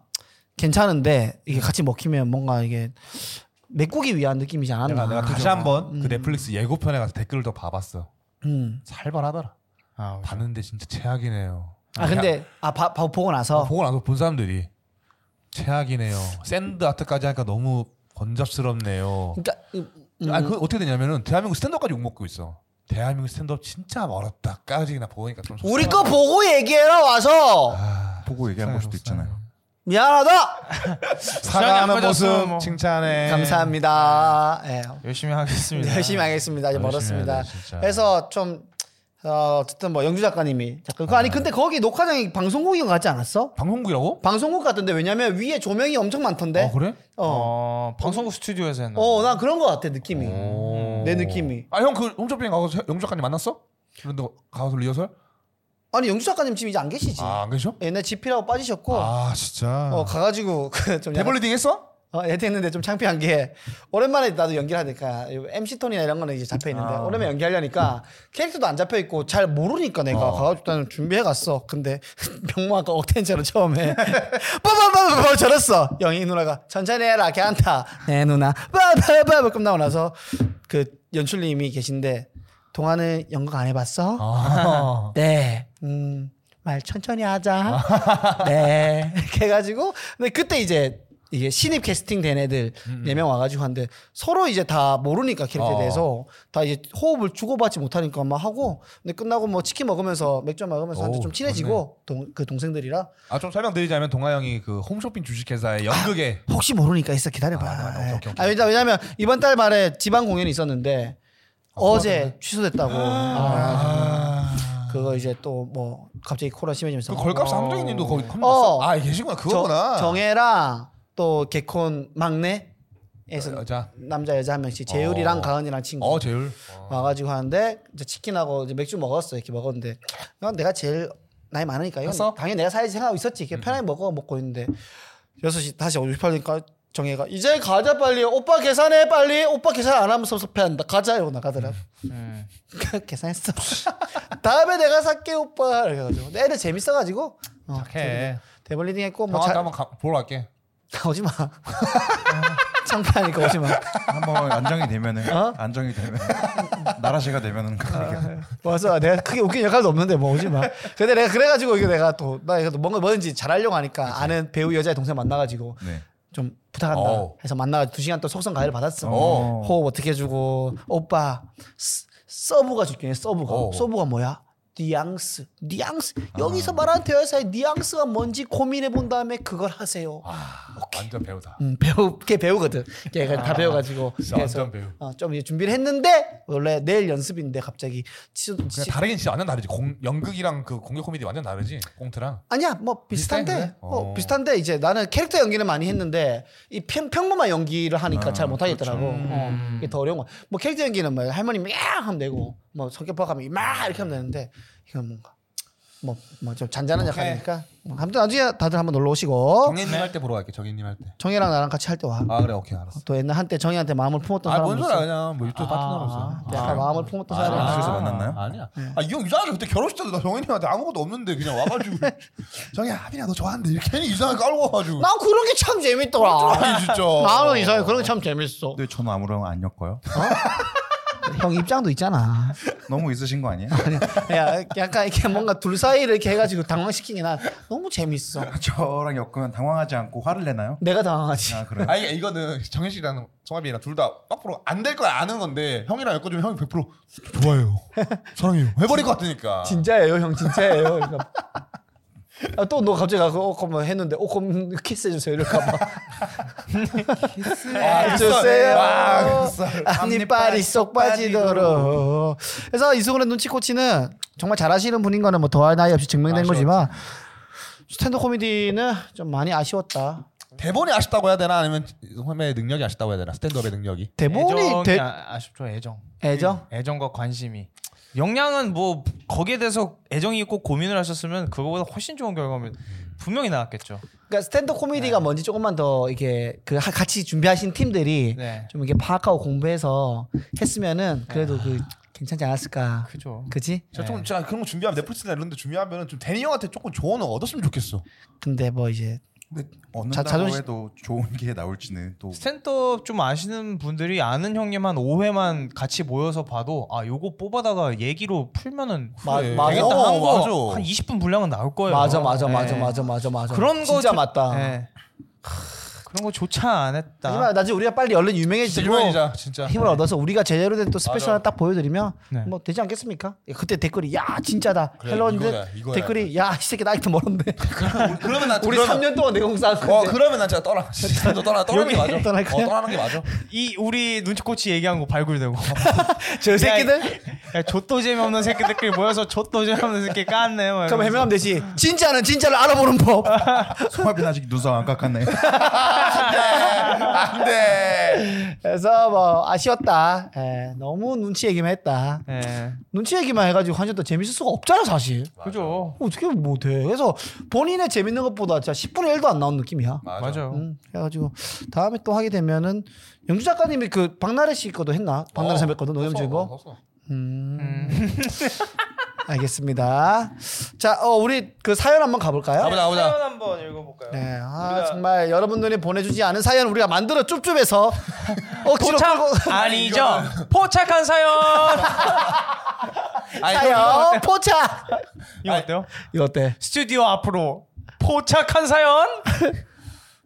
S1: 괜찮은데 이게 같이 먹히면 뭔가 이게 메꾸기 위한 느낌이지 않았나
S3: 내가, 내가
S1: 아.
S3: 다시 한번 그 넷플릭스 예고편에 가서 댓글을 더 봐봤어.
S1: 음.
S3: 살벌하더라.
S4: 아,
S3: 봤는데 진짜 최악이네요.
S1: 아 근데 아 바, 바, 보고 나서
S3: 보고 나서 본 사람들이 최악이네요. 샌드 아트까지 하니까 너무 번잡스럽네요.
S1: 그러니까 음, 음,
S3: 아그 어떻게 되냐면은 대한민국 스탠드업까지 욕먹고 있어. 대한민국 스탠드업 진짜 멀었다까지나 보니까 좀
S1: 우리 거 보고 얘기해라 와서
S3: 아,
S2: 보고 얘기한 걸 수도 있잖아요.
S1: 미안하다.
S3: 사랑하는
S4: 시간이 안 빠졌어,
S3: 모습
S4: 뭐.
S3: 칭찬해.
S1: 감사합니다. 예.
S4: 열심히 하겠습니다.
S1: 네, 열심히 하겠습니다. 이제
S3: 네. 열심히
S1: 멀었습니다.
S3: 해야 돼, 진짜.
S1: 그래서 좀 어, 어쨌든 뭐 영주 작가님이 잠깐 그 아니 근데 거기 녹화장이 방송국인 것 같지 않았어?
S3: 방송국이라고?
S1: 방송국 같던데 왜냐면 위에 조명이 엄청 많던데.
S3: 아 그래?
S1: 어.
S4: 어, 방송국 스튜디오에서 했나?
S1: 어, 난 그런 것 같아 느낌이. 내 느낌이.
S3: 아형그 홈쇼핑 가서 영주 작가님 만났어? 그런데 가서 리허설?
S1: 아니 영주 작가님 지금 이제 안 계시지.
S3: 아 안 계셔?
S1: 옛날 지피라고 빠지셨고.
S3: 아 진짜.
S1: 어 가가지고 그좀
S3: 데블리딩 했어?
S1: 어, 애트 했는데 좀 창피한 게 오랜만에 나도 연기를 하니까 MC 톤이나 이런 거는 이제 잡혀 있는데 오랜만에 연기하려니까 캐릭터도 안 잡혀 있고 잘 모르니까 내가 가가지고 일단 준비해 갔어. 근데 병모아가 억텐처럼 처음에 빠바바바바 저랬어. 영희 누나가 천천히 해라 걔한다. 네 누나 빠바바바 끝나고 나서 그 연출님이 계신데 동아는 연극 안 해봤어?
S3: 아.
S1: 네. 음, 말 천천히 하자. 네. 이렇게 해가지고. 근데 그때 이제 이게 신입 캐스팅 된 애들 네 명 와가지고 하는데 서로 이제 다 모르니까 캐릭터에
S3: 음, 어.
S1: 대해서 다 이제 호흡을 주고받지 못하니까 막 하고 근데 끝나고 뭐 치킨 먹으면서 맥주 먹으면서 한테
S3: 어우,
S1: 좀 친해지고 동, 그 동생들이랑
S3: 아 좀 설명드리자면 동아 형이 그 홈쇼핑 주식회사의 연극에
S1: 혹시 모르니까 있어 기다려봐.
S3: 아, 네, 네, 오케이, 오케이,
S1: 아, 왜냐- 왜냐면 이번 달 말에 지방 공연이 있었는데
S3: 아,
S1: 어제 취소됐다고. 아, 그거 이제 또 뭐 갑자기 코로나 심해지면서
S3: 그 걸값 함정님도 거기 컴퓨터
S1: 어.
S3: 써? 아 계시구나 그거구나.
S1: 저- 정혜랑 또 개콘 막내에서
S3: 어, 여자.
S1: 남자 여자 한 명씩 재율이랑
S3: 어.
S1: 가은이랑 친구
S3: 어 제율.
S1: 와가지고 하는데 이제 치킨하고 이제 맥주 먹었어 이렇게 먹었는데 난 내가 제일 나이 많으니까 이건
S3: 했어? 음.
S1: 당연히 내가 사야지 생각하고 있었지 이렇게 편하게 먹어 먹고 있는데 6시 다시 58되니까 정혜가 이제 가자 빨리 오빠 계산해 빨리 오빠 계산 안 하면 섭섭해한다 가자 이러고 나가더라
S4: 음.
S1: 계산했어 다음에 내가 살게 오빠 이렇게 해가지고 근데 애들 재밌어가지고 어,
S4: 착해.
S1: 데블리딩 했고 뭐
S3: 형한테
S1: 자-
S3: 한번 가, 보러 갈게.
S1: 오지 마. 창피하니까 오지 마.
S2: 한번 안정이 되면은
S1: 어?
S2: 안정이 되면 나라시가 되면은 그러니까.
S1: 와서 내가 크게 웃긴 역할도 없는데 뭐 오지 마. 근데 내가 그래가지고 이게 내가 또 나 이거 뭔가 뭐든지 잘하려고 하니까 아는 배우 여자의 동생 만나가지고
S2: 네.
S1: 좀 부탁한다
S3: 어.
S1: 해서 만나가지고 두 시간 또 속성 가해를 받았어.
S2: 어.
S1: 호흡 어떻게 해주고 오빠 스- 서브가 중요해 서브가
S3: 어.
S1: 서브가 뭐야? 뉘앙스, 뉘앙스. 여기서 말하는 대화에서의 뉘앙스가 뭔지 고민해 본 다음에 그걸 하세요.
S3: 아 완전 배우다.
S1: 음, 배우 걔 배우거든. 걔가 다 배워가지고
S3: 아, 진짜
S1: 그래서
S3: 완전 배우.
S1: 어, 좀 이제 준비를 했는데 원래 내일 연습인데 갑자기 취소,
S3: 그냥
S1: 취-
S3: 다르긴 진짜 완전 다르지. 공, 연극이랑 그 공격 코미디 완전 다르지. 꽁트랑.
S1: 아니야 뭐 비슷한데
S3: 비슷해, 그래?
S1: 어,
S3: 어. 음.
S1: 비슷한데 이제 나는 캐릭터 연기는 많이 했는데 이 평, 평범한 연기를 하니까
S2: 아,
S1: 잘 못하겠더라고
S2: 그렇죠.
S1: 어,
S3: 음.
S1: 이게 더 어려운 거야 뭐 캐릭터 연기는 뭐 할머니 막 하면 되고 뭐 성격 파악하면 막 이렇게 하면 되는데 이건 뭔가 뭐 뭐 좀 잔잔한 역할이니까 뭐 아무튼 나중에 다들 한번 놀러 오시고
S3: 정혜님 할 때 보러 갈게. 정혜님 할 때.
S1: 정혜랑 나랑 같이 할 때 와 또
S3: 아 그래 오케이 알았어.
S1: 옛날 한때 정혜한테 마음을 품었던 사람
S3: 아뭔 소리야 그냥 뭐 유튜브 파트너로서.
S1: 아. 약간 마음을 품었던 사람
S2: 아.
S1: 이
S2: 그래서 만났나요?
S3: 아니야.
S1: 네.
S3: 아 이 형 이상하게 그때 결혼식 때도 나 정현이한테 아무것도 없는데 그냥 와가지고 정현 하빈아 너 좋아하는데 이렇게 괜히 이상하게 깔고 와가지고.
S1: 난 그런 게 참 재밌더라
S3: 아니 진짜.
S1: 나는 이상해 그런 게 참 재밌어
S2: 근데 저는 아무런 안 엮어요.
S1: 네. 형 입장도 있잖아.
S2: 너무 있으신 거 아니에요?
S1: 야, 약간 이렇게 뭔가 둘 사이를 이렇게 해가지고 당황시키긴 한. 너무 재밌어.
S2: 저랑 엮으면 당황하지 않고 화를 내나요?
S1: 내가 당황하지.
S2: 아 그래요?
S3: 아니 이거는 정현 씨랑 성합이랑 둘 다 앞으로 안 될 걸 아는 건데 형이랑 엮어주면 형이 100% 좋아해요 사랑해요 해버릴 것 같으니까
S1: 진짜예요, 형 진짜예요. 그러니까. 아, 또 너 갑자기 가서 어, 그럼 했는데 어, 그럼 키스해주세요 이럴까봐.
S3: 아,
S1: 해주세요.
S3: 와,
S1: 네. 앞니빨이 쏙 빠지도록. 그래서 이승훈의 눈치 코치는 정말 잘하시는 분인 거는 뭐 더할 나위 없이 증명된 거지만 스탠드 코미디는 좀 많이 아쉬웠다.
S3: 대본이 아쉽다고 해야 되나 아니면 선배의 능력이 아쉽다고 해야 되나 스탠드업의 능력이
S1: 대본이
S4: 네. 애정이
S1: 대...
S4: 아, 아쉽죠 애정.
S1: 애정?
S4: 애정과 관심이. 역량은 뭐 거기에 대해서 애정이 있고 고민을 하셨으면 그거보다 훨씬 좋은 결과면 분명히 나왔겠죠.
S1: 그러니까 스탠드 코미디가 뭔지 조금만 더 이게 그 하- 같이 준비하신 팀들이
S4: 네.
S1: 좀 이게 파악하고 공부해서 했으면은 그래도 그 괜찮지 않았을까.
S4: 그죠.
S1: 그지?
S3: 제가 좀 제가 그런 거 준비하면 넷플릭스나 이런 데 준비하면 좀 데니 형한테 조금 조언을 얻었으면 좋겠어
S1: 근데 뭐 이제
S2: 근데 얻는다고
S1: 자- 자존심-
S2: 해도 좋은 게 나올지는 또
S4: 스탠드업 좀 아시는 분들이 아는 형님 한 5회만 같이 모여서 봐도 아 요거 뽑아다가 얘기로 풀면은
S1: 마-
S3: 그래.
S1: 맞아.
S4: 되겠다
S3: 어,
S4: 한거
S3: 맞아.
S4: 한 20분 분량은 나올 거예요.
S1: 맞아 맞아
S4: 예.
S1: 맞아 맞아 맞아 맞아
S4: 그런 거 네.
S1: 진짜
S4: 좀-
S1: 맞다.
S4: 예. 그런 거조차 안
S1: 하지만
S4: 했다.
S1: 나중에 우리가 빨리 얼른
S3: 진짜
S1: 유명해지고
S3: 일반이자 진짜.
S1: 힘을 얻어서 우리가 제대로 된 또 스페셜
S3: 맞아.
S1: 하나 딱 보여드리면
S4: 네.
S1: 뭐 되지 않겠습니까? 그때 댓글이 야 진짜다
S3: 그래,
S1: 헬로인데
S3: 이거야, 이거야.
S1: 댓글이 야 이 새끼 나이트 멀었네
S3: 그러면 나
S1: 우리
S3: 그러면-
S1: 3년 동안 내가 공사한 건데
S3: 어 그러면 난 진짜 떠나. 진짜 떠나 떠나는 게 맞아.
S1: 떠날까요?
S3: 어, 떠나는 게 맞아.
S4: 이 우리 눈치코치 얘기한 거 발굴되고.
S1: 저 새끼들
S4: 야, 좆도 재미없는 새끼들끼리 모여서 좆도 재미없는 새끼 깠네. 막
S1: 그럼
S4: 이러면서.
S1: 해명하면 되지 진짜는 진짜를 알아보는 법
S2: 송하빈 아직 눈썹 안 깎았네.
S3: 안돼.
S1: 그래서 뭐 아쉬웠다 예, 너무 눈치 얘기만 했다
S4: 예.
S1: 눈치 얘기만 해가지고 환전 또 재밌을 수가 없잖아 사실
S4: 그죠.
S1: 어떻게 못해 그래서 본인의 재밌는 것보다 진짜 10분의 1도 안 나온 느낌이야
S3: 맞아. 어,
S4: 맞아요.
S1: 음, 그래가지고 다음에 또 하게 되면은 영주 작가님이 그 박나래 씨 거도 했나?
S3: 어,
S1: 박나래 선배 거도 노염 주고. 음. 알겠습니다. 자, 어, 우리 그 사연 한번 가볼까요?
S3: 가보자 가보자.
S4: 사연 한번 읽어볼까요?
S1: 네, 아, 정말 여러분들이 보내주지 않은 사연 우리가 만들어 쭈쭈해서 억지로
S4: 포착
S1: 끌고-
S4: 아니죠. 포착한 사연.
S3: 아니,
S1: 사연 어, 포착.
S4: 이거 어때요?
S1: 이거 어때?
S4: 스튜디오 앞으로 포착한 사연.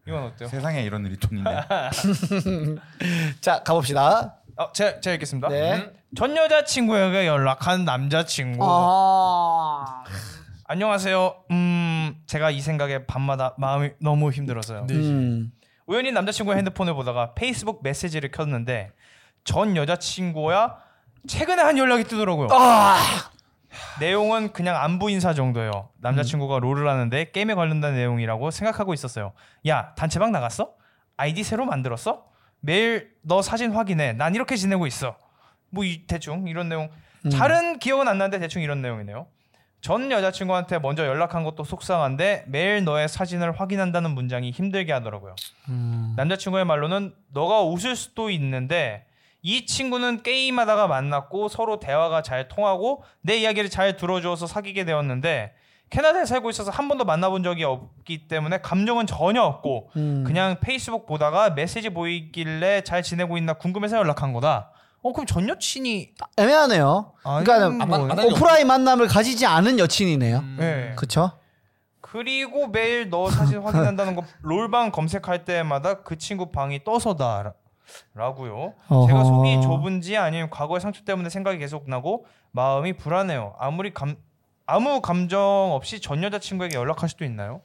S4: 이건 어때요?
S2: 세상에 이런 일이 돈 있네.
S1: 자, 가봅시다.
S4: 아, 제가 제가 읽겠습니다.
S1: 네.
S4: 음. 전 여자친구에게 연락한 남자친구.
S1: 아,
S4: 안녕하세요. 음, 제가 이 생각에 밤마다 마음이 너무 힘들어서요.
S1: 음,
S4: 우연히 남자친구의 핸드폰을 보다가 페이스북 메시지를 켰는데 전 여자친구와 최근에 한 연락이 뜨더라고요. 내용은 그냥 안부 인사 정도예요. 남자친구가 롤을 하는데 게임에 관련된 내용이라고 생각하고 있었어요. 야, 단체방 나갔어? 아이디 새로 만들었어? 매일 너 사진 확인해. 난 이렇게 지내고 있어. 뭐 이, 대충 이런 내용. 잘은 기억은 안 나는데 대충 이런 내용이네요. 전 여자친구한테 먼저 연락한 것도 속상한데 매일 너의 사진을 확인한다는 문장이 힘들게 하더라고요. 남자친구의 말로는 너가 웃을 수도 있는데 이 친구는 게임하다가 만났고 서로 대화가 잘 통하고 내 이야기를 잘 들어줘서 사귀게 되었는데 캐나다에 살고 있어서 한 번도 만나본 적이 없기 때문에 감정은 전혀 없고 그냥 페이스북 보다가 메시지 보이길래 잘 지내고 있나 궁금해서 연락한 거다. 어 그럼 전 여친이
S1: 애매하네요. 그러니까
S4: 아니,
S3: 뭐-
S4: 뭐-
S1: 오프라인 만남을 가지지 않은 여친이네요.
S4: 예.
S1: 그렇죠?
S4: 그리고 매일 너 사진 확인한다는 거 롤방 검색할 때마다 그 친구 방이 떠서다 라고요. 제가
S1: 어허.
S4: 속이 좁은지 아니면 과거의 상처 때문에 생각이 계속 나고 마음이 불안해요. 아무리 감 아무 감정 없이 전 여자친구에게 연락할 수도 있나요?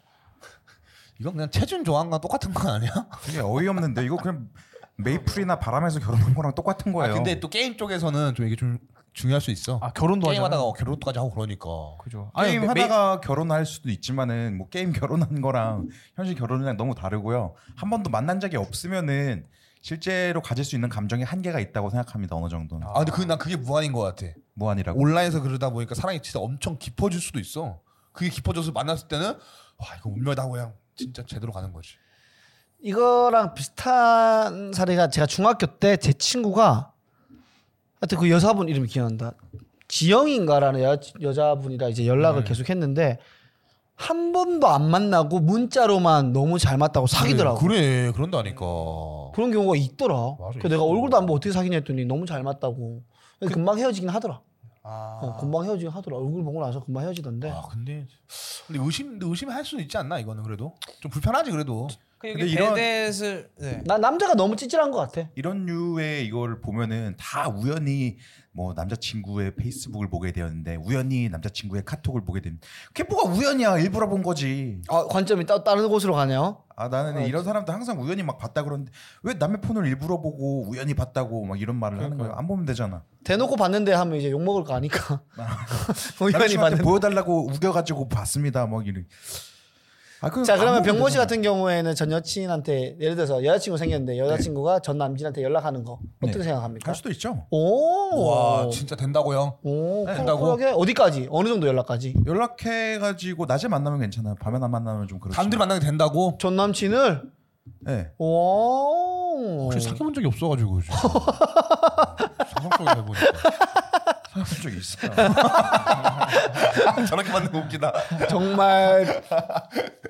S3: 이건 그냥 체준 조항과 똑같은 거 아니야?
S2: 되게 어이없는데 이거 그냥 메이플이나 바람에서 결혼한 거랑 똑같은
S3: 아,
S2: 거예요.
S3: 근데 또 게임 쪽에서는 좀 이게 좀 중요할 수 있어.
S4: 아 결혼도
S3: 게임하다가 어, 결혼까지 하고 그러니까.
S4: 그죠. 아니
S2: 게임 하다가 결혼할 수도 있지만은 뭐 게임 결혼한 거랑 현실 결혼이랑 너무 다르고요. 한 번도 만난 적이 없으면은 실제로 가질 수 있는 감정의 한계가 있다고 생각합니다. 어느 정도는
S3: 아 근데 그난 그게 무한인 것 같아.
S2: 무한이라고.
S3: 온라인에서 그러다 보니까 사랑이 진짜 엄청 깊어질 수도 있어. 그게 깊어져서 만났을 때는 와 이거 운명이다 그냥 진짜 제대로 가는 거지.
S1: 이거랑 비슷한 사례가 제가 중학교 때 제 친구가 하여튼 그 여자분 이름이 기억난다. 지영인가라는 여, 여자분이랑 이제 연락을 계속 했는데 한 번도 안 만나고 문자로만 너무 잘 맞다고 사귀더라고. 그
S3: 그래 그런다니까.
S1: 런 경우가 있더라.
S3: 맞아,
S1: 그 내가
S3: 있어.
S1: 얼굴도 안 보고 어떻게 사귀냐 했더니 너무 잘 맞다고. 근데 금방 헤어지긴 하더라.
S3: 아,
S1: 어, 금방 헤어지긴 하더라. 얼굴 보고 나서 금방 헤어지던데.
S3: 아 근데 근데 의심 근데 의심할 수는 있지 않나 이거는 그래도 좀 불편하지 그래도.
S2: 근데 이런-
S4: 대대를 네.
S1: 나 남자가 너무 찌질한 것 같아.
S2: 이런 류의 이걸 보면은 다 우연히 뭐 남자친구의 페이스북을 보게 되었는데 우연히 남자친구의 카톡을 보게 된. 그게 뭐가 우연이야? 일부러 본 거지.
S1: 아, 관점이 따, 다른 곳으로 가네요.
S2: 아 나는 이런 사람들 항상 우연히 막 봤다 그러는데 왜 남의 폰을 일부러 보고 우연히 봤다고 막 이런 말을 하는 거야? 안 보면 되잖아.
S1: 대놓고 봤는데 하면 이제 욕 먹을 거 아니까. 뭐 우연히
S2: 남친한테
S1: 봤는데.
S2: 보여달라고 우겨가지고 봤습니다. 막 이런. 아, 그
S1: 자 그러면
S2: 안 보면
S1: 병모 씨
S2: 되잖아.
S1: 같은 경우에는 전 여친한테 예를 들어서 여자친구 생겼는데 여자친구가 전 남친한테 연락하는 거 어떻게
S2: 네.
S1: 생각합니까?
S2: 할 수도 있죠.
S1: 오,
S3: 와 진짜 된다고 형.
S1: 오,
S2: 네.
S1: 쿨하게 어디까지 어느 정도 연락까지?
S2: 연락해가지고 낮에 만나면 괜찮아요. 밤에 안 만나면 좀 그렇죠.
S3: 단둘이 만나게 된다고.
S1: 전 남친을
S2: 네.
S1: 오,
S3: 혹시 사귀어본 적이 없어가지고 지금. 상상력이 해보니까.
S2: 사귄 적이 있어요. 저렇게 만든 거 웃기다.
S1: 정말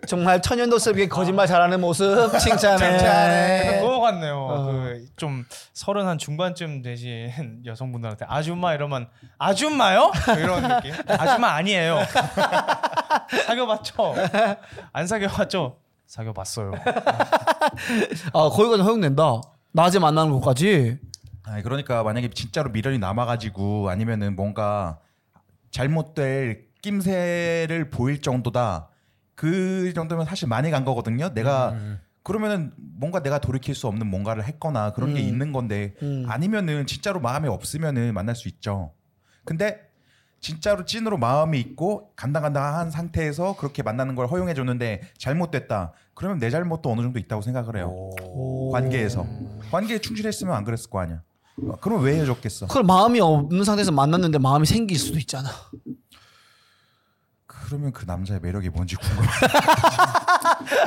S1: 정말 천연도스럽게 거짓말 잘하는 모습
S4: 네.
S1: 칭찬해.
S4: 그거 같네요. 그 좀 서른 한 중반쯤 되신 여성분들한테 아줌마 이러면 아줌마요? 이런 느낌. 아줌마 아니에요. 사귀어봤죠? 안 사귀어봤죠? 사귀어 봤어요.
S1: 아 거기까지 허용된다. 낮에 만나는 것까지.
S2: 아 그러니까 만약에 진짜로 미련이 남아가지고 아니면은 뭔가 잘못될 낌새를 보일 정도다 그 정도면 사실 많이 간 거거든요. 내가 그러면은 뭔가 내가 돌이킬 수 없는 뭔가를 했거나 그런 게 있는 건데 아니면은 진짜로 마음이 없으면은 만날 수 있죠. 근데 진짜로 찐으로 마음이 있고 간당간당한 상태에서 그렇게 만나는 걸 허용해 줬는데 잘못됐다. 그러면 내 잘못도 어느 정도 있다고 생각을 해요. 관계에서 관계에 충실했으면 안 그랬을 거 아니야. 어, 그럼 왜 헤어졌겠어?
S1: 그걸 마음이 없는 상태에서 만났는데 마음이 생길 수도 있잖아.
S2: 그러면 그 남자의 매력이 뭔지 궁금해.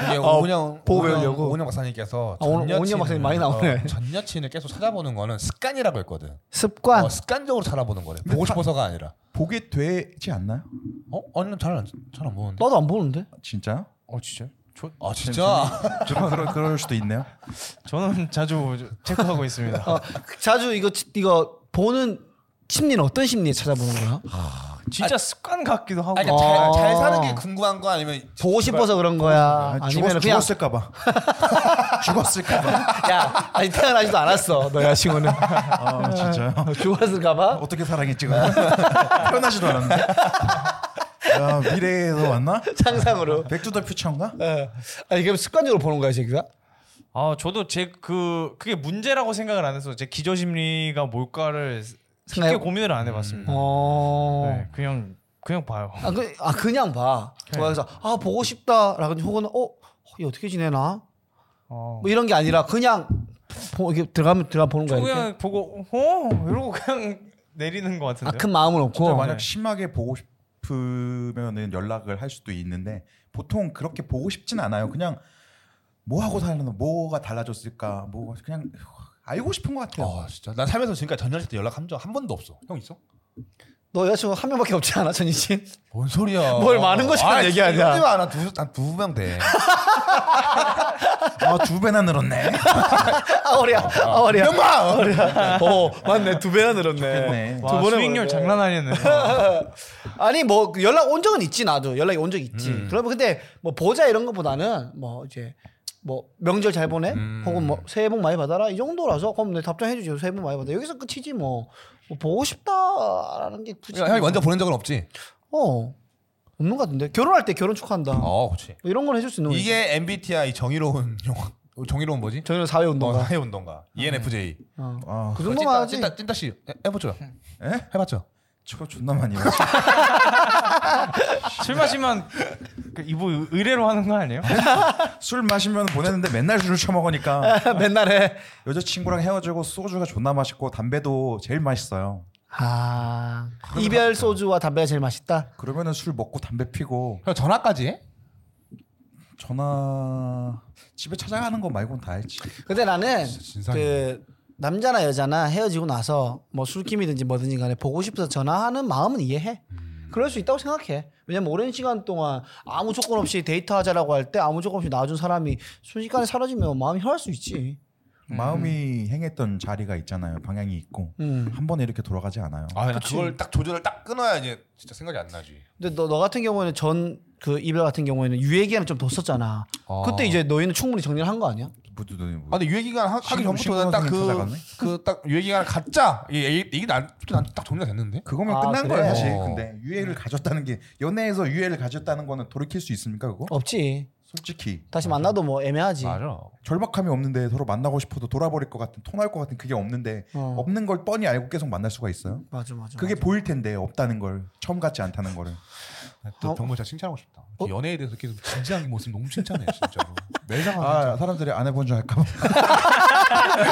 S3: 이게 오은영
S1: 아, 보고
S3: 오은영-
S1: 배우려고?
S3: 오은영 박사님께서
S1: 아, 오늘
S3: 전
S1: 오은영 박사님 많이 나오네.
S3: 어, 전 여친을 계속 찾아보는 거는 습관이라고 했거든.
S1: 습관.
S3: 어, 습관적으로 찾아보는 거래. 보고 싶어서가 아니라.
S2: 보게 되지 않나요?
S3: 어? 아니 잘안잘안 보는데.
S1: 나도 안 보는데.
S2: 진짜?
S4: 어 진짜? 저,
S3: 아 진짜.
S2: 저 그럴, 그럴 수도 있네요.
S4: 저는 자주 체크하고 있습니다.
S1: 어, 자주 이거 치- 이거 보는 심리는 어떤 심리에 찾아보는 거야?
S4: 진짜 습관 같기도 하고.
S3: 아니 그러니까
S1: 어.
S3: 잘, 잘 사는 게 궁금한 거 아니면
S1: 보고 싶어서 그런 거야.
S2: 아, 죽었,
S1: 아니면 그냥
S2: 죽었을까봐. 죽었을까봐.
S1: 야 아니 태어나지도 않았어 너 여자친구는
S2: 아 진짜요?
S1: 죽었을까봐.
S2: 어떻게 사랑했지 그럼? 태어나지도 않았는데. 야 미래에서 왔나?
S1: 상상으로.
S2: 백두더 퓨처인가?
S1: 예. 아니 그럼 습관적으로 보는 거야 제기가?
S4: 아 저도 제 그 그게 문제라고 생각을 안 해서 제 기저 심리가 뭘까를 쉽게
S1: 생각-
S4: 고민을 안
S2: 음.
S4: 해봤습니다.
S1: 어.
S4: 네, 그냥 그냥 봐요.
S1: 아, 그, 아 그냥 봐.
S2: 네.
S1: 좋아해서 아 보고 싶다라든지 혹은 어 이 어떻게 지내나
S4: 어.
S1: 뭐 이런 게 아니라 그냥 보, 이렇게 들어가면 들어가 보는
S4: 저
S1: 거야. 그러니까 이렇게.
S4: 그냥 보고 어 이러고 그냥 내리는 것 같은데.
S1: 아큰 마음은
S2: 진짜
S1: 없고.
S2: 어, 만약 심하게 보고 싶으면은 연락을 할 수도 있는데 보통 그렇게 보고 싶진 않아요. 그냥 뭐 하고 살나 뭐가 달라졌을까 뭐 그냥 알고 싶은 것 같아요.
S3: 아 진짜 난 살면서 지금까지 전 여친 때 연락 한 적 한 번도 없어. 형 있어?
S1: 너 여자친구 한 명밖에 없지 않아 전이진?
S3: 뭔 소리야?
S1: 뭘 많은 것처럼 얘기하냐.
S3: 하나 두두명 돼.
S2: 아두 배나 늘었네.
S1: 아 어리야, 아 어리야.
S3: 명마.
S1: 어 맞네 두 배나 늘었네.
S2: 네.
S4: 와
S1: 번에 보는데.
S4: 수익률 장난 아니네.
S1: 아니 뭐 연락 온 적은 있지 나도 연락이 온 적 있지. 그러면 근데 뭐 보자 이런 것보다는 뭐 이제 뭐 명절 잘 보내 혹은 뭐 새해 복 많이 받아라 이 정도라서 그럼 내 답장해 주죠 새해 복 많이 받아 여기서 끝이지 뭐, 뭐 보고 싶다라는 게 굳이
S3: 형이 먼저 보낸 적은 없지.
S1: 어 없는 것 같은데 결혼할 때 결혼 축하한다 뭐
S3: 어, 그렇지.
S1: 이런 건 해줄 수 있는 거지.
S3: 이게 MBTI 정의로운 용어. 정의로운 뭐지?
S1: 저희는 사회
S3: 어,
S1: 운동가
S3: 사회 운동가. ENFJ.
S1: 어.
S2: 아,
S1: 그 정도만 하지
S3: 찐따 찐따 씨 해- 해봤죠?
S2: 에?
S3: 해봤죠?
S2: 예? 저거 존나 많이 봤어.
S4: 술 마시면 그 이부 의뢰로 하는 거 아니에요?
S2: 술 마시면 보내는데 맨날 술을 처먹으니까
S1: 맨날 해.
S2: 여자친구랑 헤어지고 소주가 존나 맛있고 담배도 제일 맛있어요.
S1: 아 이별 소주와 담배가 제일 맛있다.
S2: 그러면은 술 먹고 담배 피고
S3: 형 전화까지 해?
S2: 전화 집에 찾아가는 거 말고는 다 했지.
S1: 근데 나는
S3: 아, 진상이네.
S1: 그 남자나 여자나 헤어지고 나서 뭐 술김이든지 뭐든지 간에 보고 싶어서 전화하는 마음은 이해해. 그럴 수 있다고 생각해. 왜냐면 오랜 시간 동안 아무 조건 없이 데이트하자라고 할 때 아무 조건 없이 놔준 사람이 순식간에 사라지면 마음이 혈할 수 있지.
S2: 마음이 행했던 자리가 있잖아요. 방향이 있고
S1: 음.
S2: 한 번에 이렇게 돌아가지 않아요.
S3: 아, 그걸 딱 조절을 딱 끊어야 이제 진짜 생각이 안 나지.
S1: 근데 너, 너 같은 경우에는 전 그 이별 같은 경우에는 유예 기간을 좀 뒀었잖아.
S3: 아.
S1: 그때 이제 너희는 충분히 정리를 한 거 아니야?
S2: 무드 눈이
S3: 아, 근데 유예 기간 하- 하기
S2: 신고-
S3: 전부터
S2: 신고
S3: 딱그
S2: 선생님
S3: 그 딱 유예 기간을 갖자. 이 얘기 이게 난딱 정리가 됐는데.
S2: 그거면
S1: 아,
S2: 끝난
S1: 그래요?
S2: 거예요 사실.
S3: 어.
S2: 근데 유해를 가졌다는 게 연애에서 유해를 가졌다는 거는 돌이킬 수 있습니까 그거?
S1: 없지.
S2: 솔직히
S1: 다시 만나도 뭐 애매하지.
S3: 맞아.
S2: 절박함이 없는데 서로 만나고 싶어도 돌아버릴 것 같은 토날 것 같은 그게 없는데
S1: 어.
S2: 없는 걸 뻔히 알고 계속 만날 수가 있어요.
S1: 맞아 맞아.
S2: 그게 보일 텐데 없다는 걸 처음 같지 않다는 거를
S3: 또
S1: 어?
S3: 정말 진짜 칭찬하고 싶다. 그 연애에 대해서 계속 진지한 모습 너무 칭찬해 진짜로. 매장
S2: 아 사람들이 안 해본 줄 알까 봐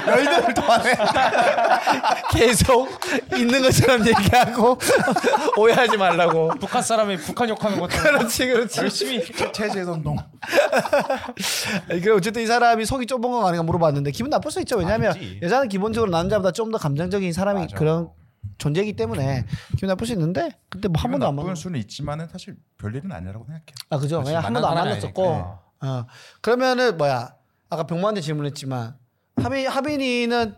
S2: 열등을 더안해
S1: 계속 있는 것처럼 얘기하고 오해하지 말라고.
S4: 북한 사람이 북한 욕하는 것처럼
S1: 그렇지 그렇지.
S4: 열심히
S2: 체제선동
S1: 그래 어쨌든 이 사람이 속이 좁은 건 아닌가 물어봤는데 기분 나쁠 수 있죠. 왜냐하면
S3: 아니지.
S1: 여자는 기본적으로 남자보다 좀 더 감정적인 사람이
S3: 맞아.
S1: 그런 존재이기 때문에 기분 나쁠 수 있는데 근데 뭐 한 번도 안 만났.
S2: 나쁜 수는 있지만은 사실 별일은 아니라고 생각해요.
S1: 아 그죠.
S3: 그렇지,
S1: 왜냐 한 번도 안
S3: 만난
S1: 만났었고.
S3: 사람이 아니니까.
S1: 어 그러면은 뭐야 아까 병모한테 질문했지만 하빈 하빈이는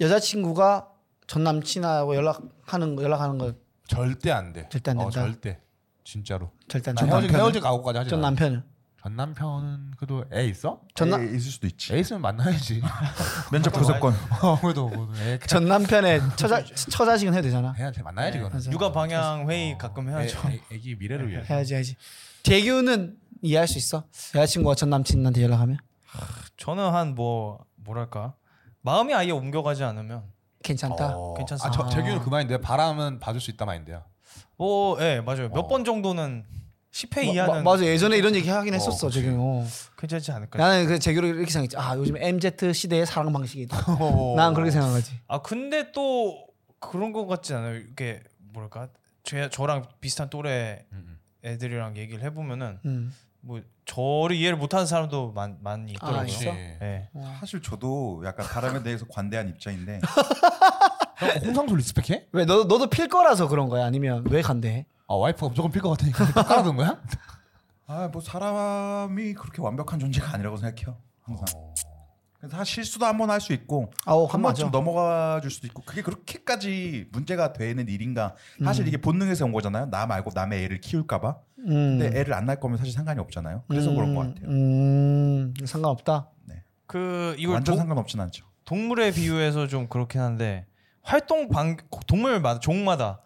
S1: 여자친구가 전 남친하고 연락하는 거- 연락하는 거
S3: 절대 안 돼.
S1: 절대 안
S3: 어,
S1: 된다.
S3: 절대 진짜로.
S1: 절대 안
S3: 나
S1: 된다.
S3: 헤어질 헤어질 각오까지 하지.
S1: 전
S3: 마.
S1: 남편은
S3: 전 남편은 그래도 애 있어?
S1: 전남-
S2: 에 있을 수도 있지.
S3: 애 있으면 만나야지.
S2: 면접 구조권.
S3: 아무래도 뭐 애.
S1: 전 남편의 처자 처자식은 해도 되잖아.
S3: 해야지 만나야지 그거는. 어,
S4: 육아 방향 회의 가끔
S1: 네.
S4: 해야죠.
S3: 애, 애, 기 미래를 위해.
S1: 해야지 해야지. 대규는 이해할 수 있어. 여자친구가 전 남친한테 연락하면 네.
S4: 저는 한 뭐 뭐랄까 마음이 아예 옮겨가지 않으면
S1: 괜찮다.
S3: 어.
S4: 괜찮습니다.
S3: 아, 저, 재규는 그 말인데 바람은 봐줄 수 있다 말인데요.
S4: 오, 예 맞아요. 몇
S3: 어.
S4: 번 정도는 10회
S1: 마-
S4: 이하는
S1: 마, 맞아 예전에 이런 얘기 하긴
S3: 어,
S1: 했었어
S3: 그치.
S1: 재규. 어.
S4: 괜찮지 않을까.
S1: 나는 그 재규로 이렇게 생각했지. 아 요즘 MZ 시대의 사랑 방식이다.
S3: 어.
S1: 난 그렇게 생각하지.
S4: 아 근데 또 그런 것 같진 않아요. 이게 뭐랄까 제 저랑 비슷한 또래
S3: 음,
S4: 애들이랑 얘기를 해보면은
S1: 음.
S4: 뭐 저를 이해를 못하는 사람도 많, 많이 있더라고요.
S1: 아,
S3: 그렇지.
S1: 있어?
S4: 예.
S2: 사실 저도 약간 바람에 대해서 관대한 입장인데
S3: 형, 홍상수 리스펙해?
S1: 왜 너, 너도 필 거라서 그런 거야? 아니면 왜 간대?
S3: 아 와이프가 무조건 필 것 같으니까 깔아둔 거야?
S2: 아 뭐 사람이 그렇게 완벽한 존재가 아니라고 생각해요. 항상. 그래서 사 실수도 한 번 할 수 있고 어,
S1: 아오
S2: 한 번쯤 넘어가 줄 수도 있고 그게 그렇게까지 문제가 되는 일인가? 사실 이게 본능에서 온 거잖아요. 나 말고 남의 애를 키울까봐.
S1: 음.
S2: 근데 네, 애를 안 낳을 거면 사실 상관이 없잖아요. 그래서 그런 것 같아요.
S1: 음, 상관없다.
S4: 그 이걸
S2: 완전
S4: 동,
S2: 상관없진 않죠.
S4: 동물에 비유해서 좀 그렇긴 한데 활동 반 동물마다 종마다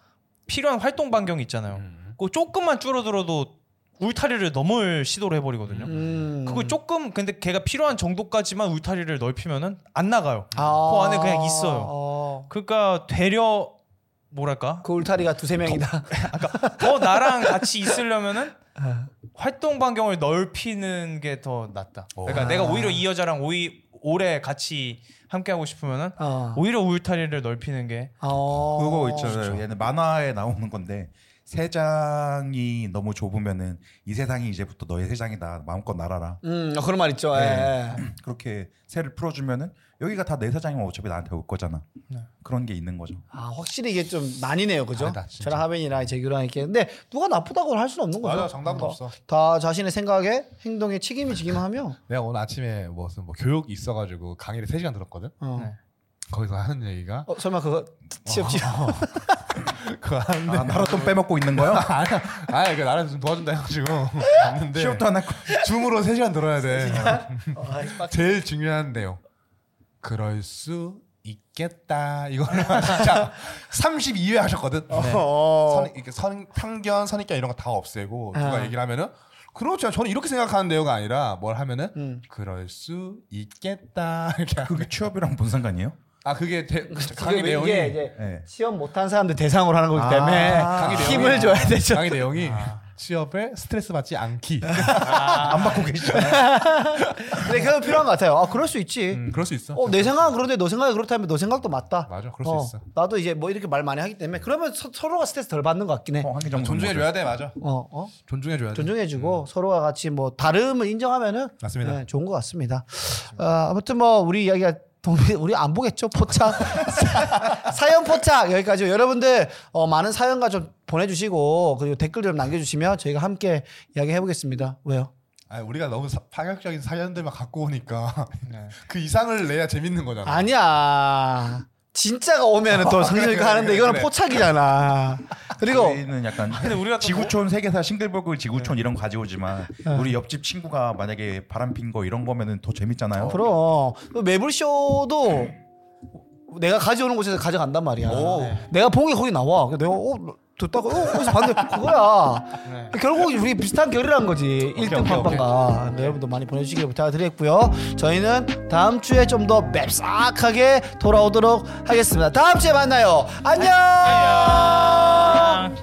S4: 필요한 활동 반경이
S3: 어.
S4: 있잖아요.
S2: 음.
S4: 그 조금만 줄어들어도 울타리를 넘을 시도를 해버리거든요.
S1: 음.
S4: 그거 조금 근데 걔가 필요한 정도까지만 울타리를 넓히면은 안 나가요.
S1: 아.
S4: 그 안에 그냥 있어요.
S1: 어.
S4: 그러니까 되려 뭐랄까
S1: 그 울타리가 두세 명이다.
S4: 더 나랑 같이 있으려면은 활동 반경을 넓히는 게 더 낫다. 그러니까
S1: 아.
S4: 내가 오히려 이 여자랑 오이, 오래 같이 함께 하고 싶으면은
S1: 어.
S4: 오히려 울타리를 넓히는 게
S1: 어.
S2: 그거 있잖아요. 얘는 만화에 나오는 건데 세장이 너무 좁으면은 이 세상이 이제부터 너의 세상이다. 마음껏 날아라.
S1: 음, 어, 그런 말 있죠.
S2: 네.
S1: 예.
S2: 그렇게 세를 풀어주면은 여기가 다 내 세상이면 어차피 나한테 올 거잖아. 그런 게 있는 거죠.
S1: 아, 확실히 이게 좀 난이네요. 그죠?
S3: 다르다, 진짜.
S1: 저랑 하빈이랑 재규랑 이렇게. 근데 누가 나쁘다고 할 수는 없는 거죠.
S3: 맞아, 정답은
S1: 다-
S3: 없어.
S1: 다 자신의 생각에 행동에 책임이 지기만 하며.
S3: 내가 오늘 아침에 무슨 뭐 교육 이 있어가지고 강의를 3 시간 들었거든.
S1: 어.
S4: 네.
S3: 거기서 하는 얘기가
S1: 어, 설마 그거 취업 지원
S3: 그 하는데
S2: 아, 나로 돈 빼먹고 있는 거야?
S3: 아니야, 아니야, 그 나를 좀 도와준다 해가지고 갔는데
S2: 취업도 안 하고.
S3: 줌으로 3 시간 들어야 돼.
S1: 어,
S3: 제일 중요한 내용. 그럴 수 있겠다. 이거를 진짜 32회 하셨거든. 선, 이렇게 선, 편견, 선입견 이런 거 다 없애고 누가
S1: 아.
S3: 얘기를 하면은 그렇죠. 저는 이렇게 생각하는 내용이 아니라 뭘 하면은
S1: 음.
S3: 그럴 수 있겠다. 이렇게 하고.
S2: 그게 취업이랑 뭔 상관이에요?
S3: 아 그게 대,
S1: 그게
S3: 강의
S1: 왜
S3: 내용이
S1: 이게 이제
S2: 네.
S1: 시험 못한 사람들 대상으로 하는 거기 때문에
S2: 아,
S3: 강의
S1: 힘을
S3: 내용이-
S1: 줘야 되죠.
S3: 강의 내용이 취업에 스트레스 받지 않기.
S2: 안 받고 계시잖아요.
S1: 근데 그건 필요한 것 같아요. 아 그럴 수 있지.
S3: 음, 그럴 수 있어.
S1: 어, 내 생각은 그런데 너 생각이 그렇다면 너 생각도 맞다.
S3: 맞아, 그럴 수
S1: 어,
S3: 있어.
S1: 나도 이제 뭐 이렇게 말 많이 하기 때문에 그러면 서, 로가 스트레스 덜 받는 것 같긴 해.
S2: 어,
S1: 어,
S2: 한기정
S3: 존중해줘야 돼, 맞아.
S1: 어?
S3: 존중해줘야 돼.
S1: 존중해주고 서로가 같이 뭐 다름을 인정하면은
S3: 음. 맞습니다.
S1: 네, 좋은 것 같습니다. 어, 아무튼 뭐 우리 이야기가 동네 우리 안 보겠죠 포착 사연 포착 여기까지 여러분들 어, 많은 사연과 좀 보내주시고 그리고 댓글 좀 남겨주시면 저희가 함께 이야기해 보겠습니다. 왜요?
S3: 아 우리가 너무 사- 파격적인 사연들만 갖고 오니까 그 이상을 내야 재밌는 거잖아.
S1: 아니야. 진짜가 오면은 또 상실까 하는데 이거는
S3: 그래.
S1: 포착이잖아. 그리고
S2: 저희는 약간
S4: 근데 우리가 또
S2: 지구촌 세계사 싱글벙글 지구촌 이런 거 가져오지만 우리 옆집 친구가 만약에 바람 핀 거 이런 거면은 더 재밌잖아요.
S1: 그럼 그 매불쇼도 내가 가져오는 곳에서 가져간단 말이야.
S3: 네.
S1: 네.
S3: 오.
S1: 내가 본 게 거기 나와. 그래서 내가 어 듣다가 어 어디서 봤는데 그거야.
S4: 네.
S1: 결국 우리 비슷한 결이란 거지. 일등
S3: 오케이,
S1: 팟빵가 네, 여러분도 많이 보내주시길 부탁드리겠고요. 저희는 다음 주에 좀 더 맵싹하게
S3: 아,
S1: 돌아오도록 하겠습니다. 다음 주에 만나요. 안녕.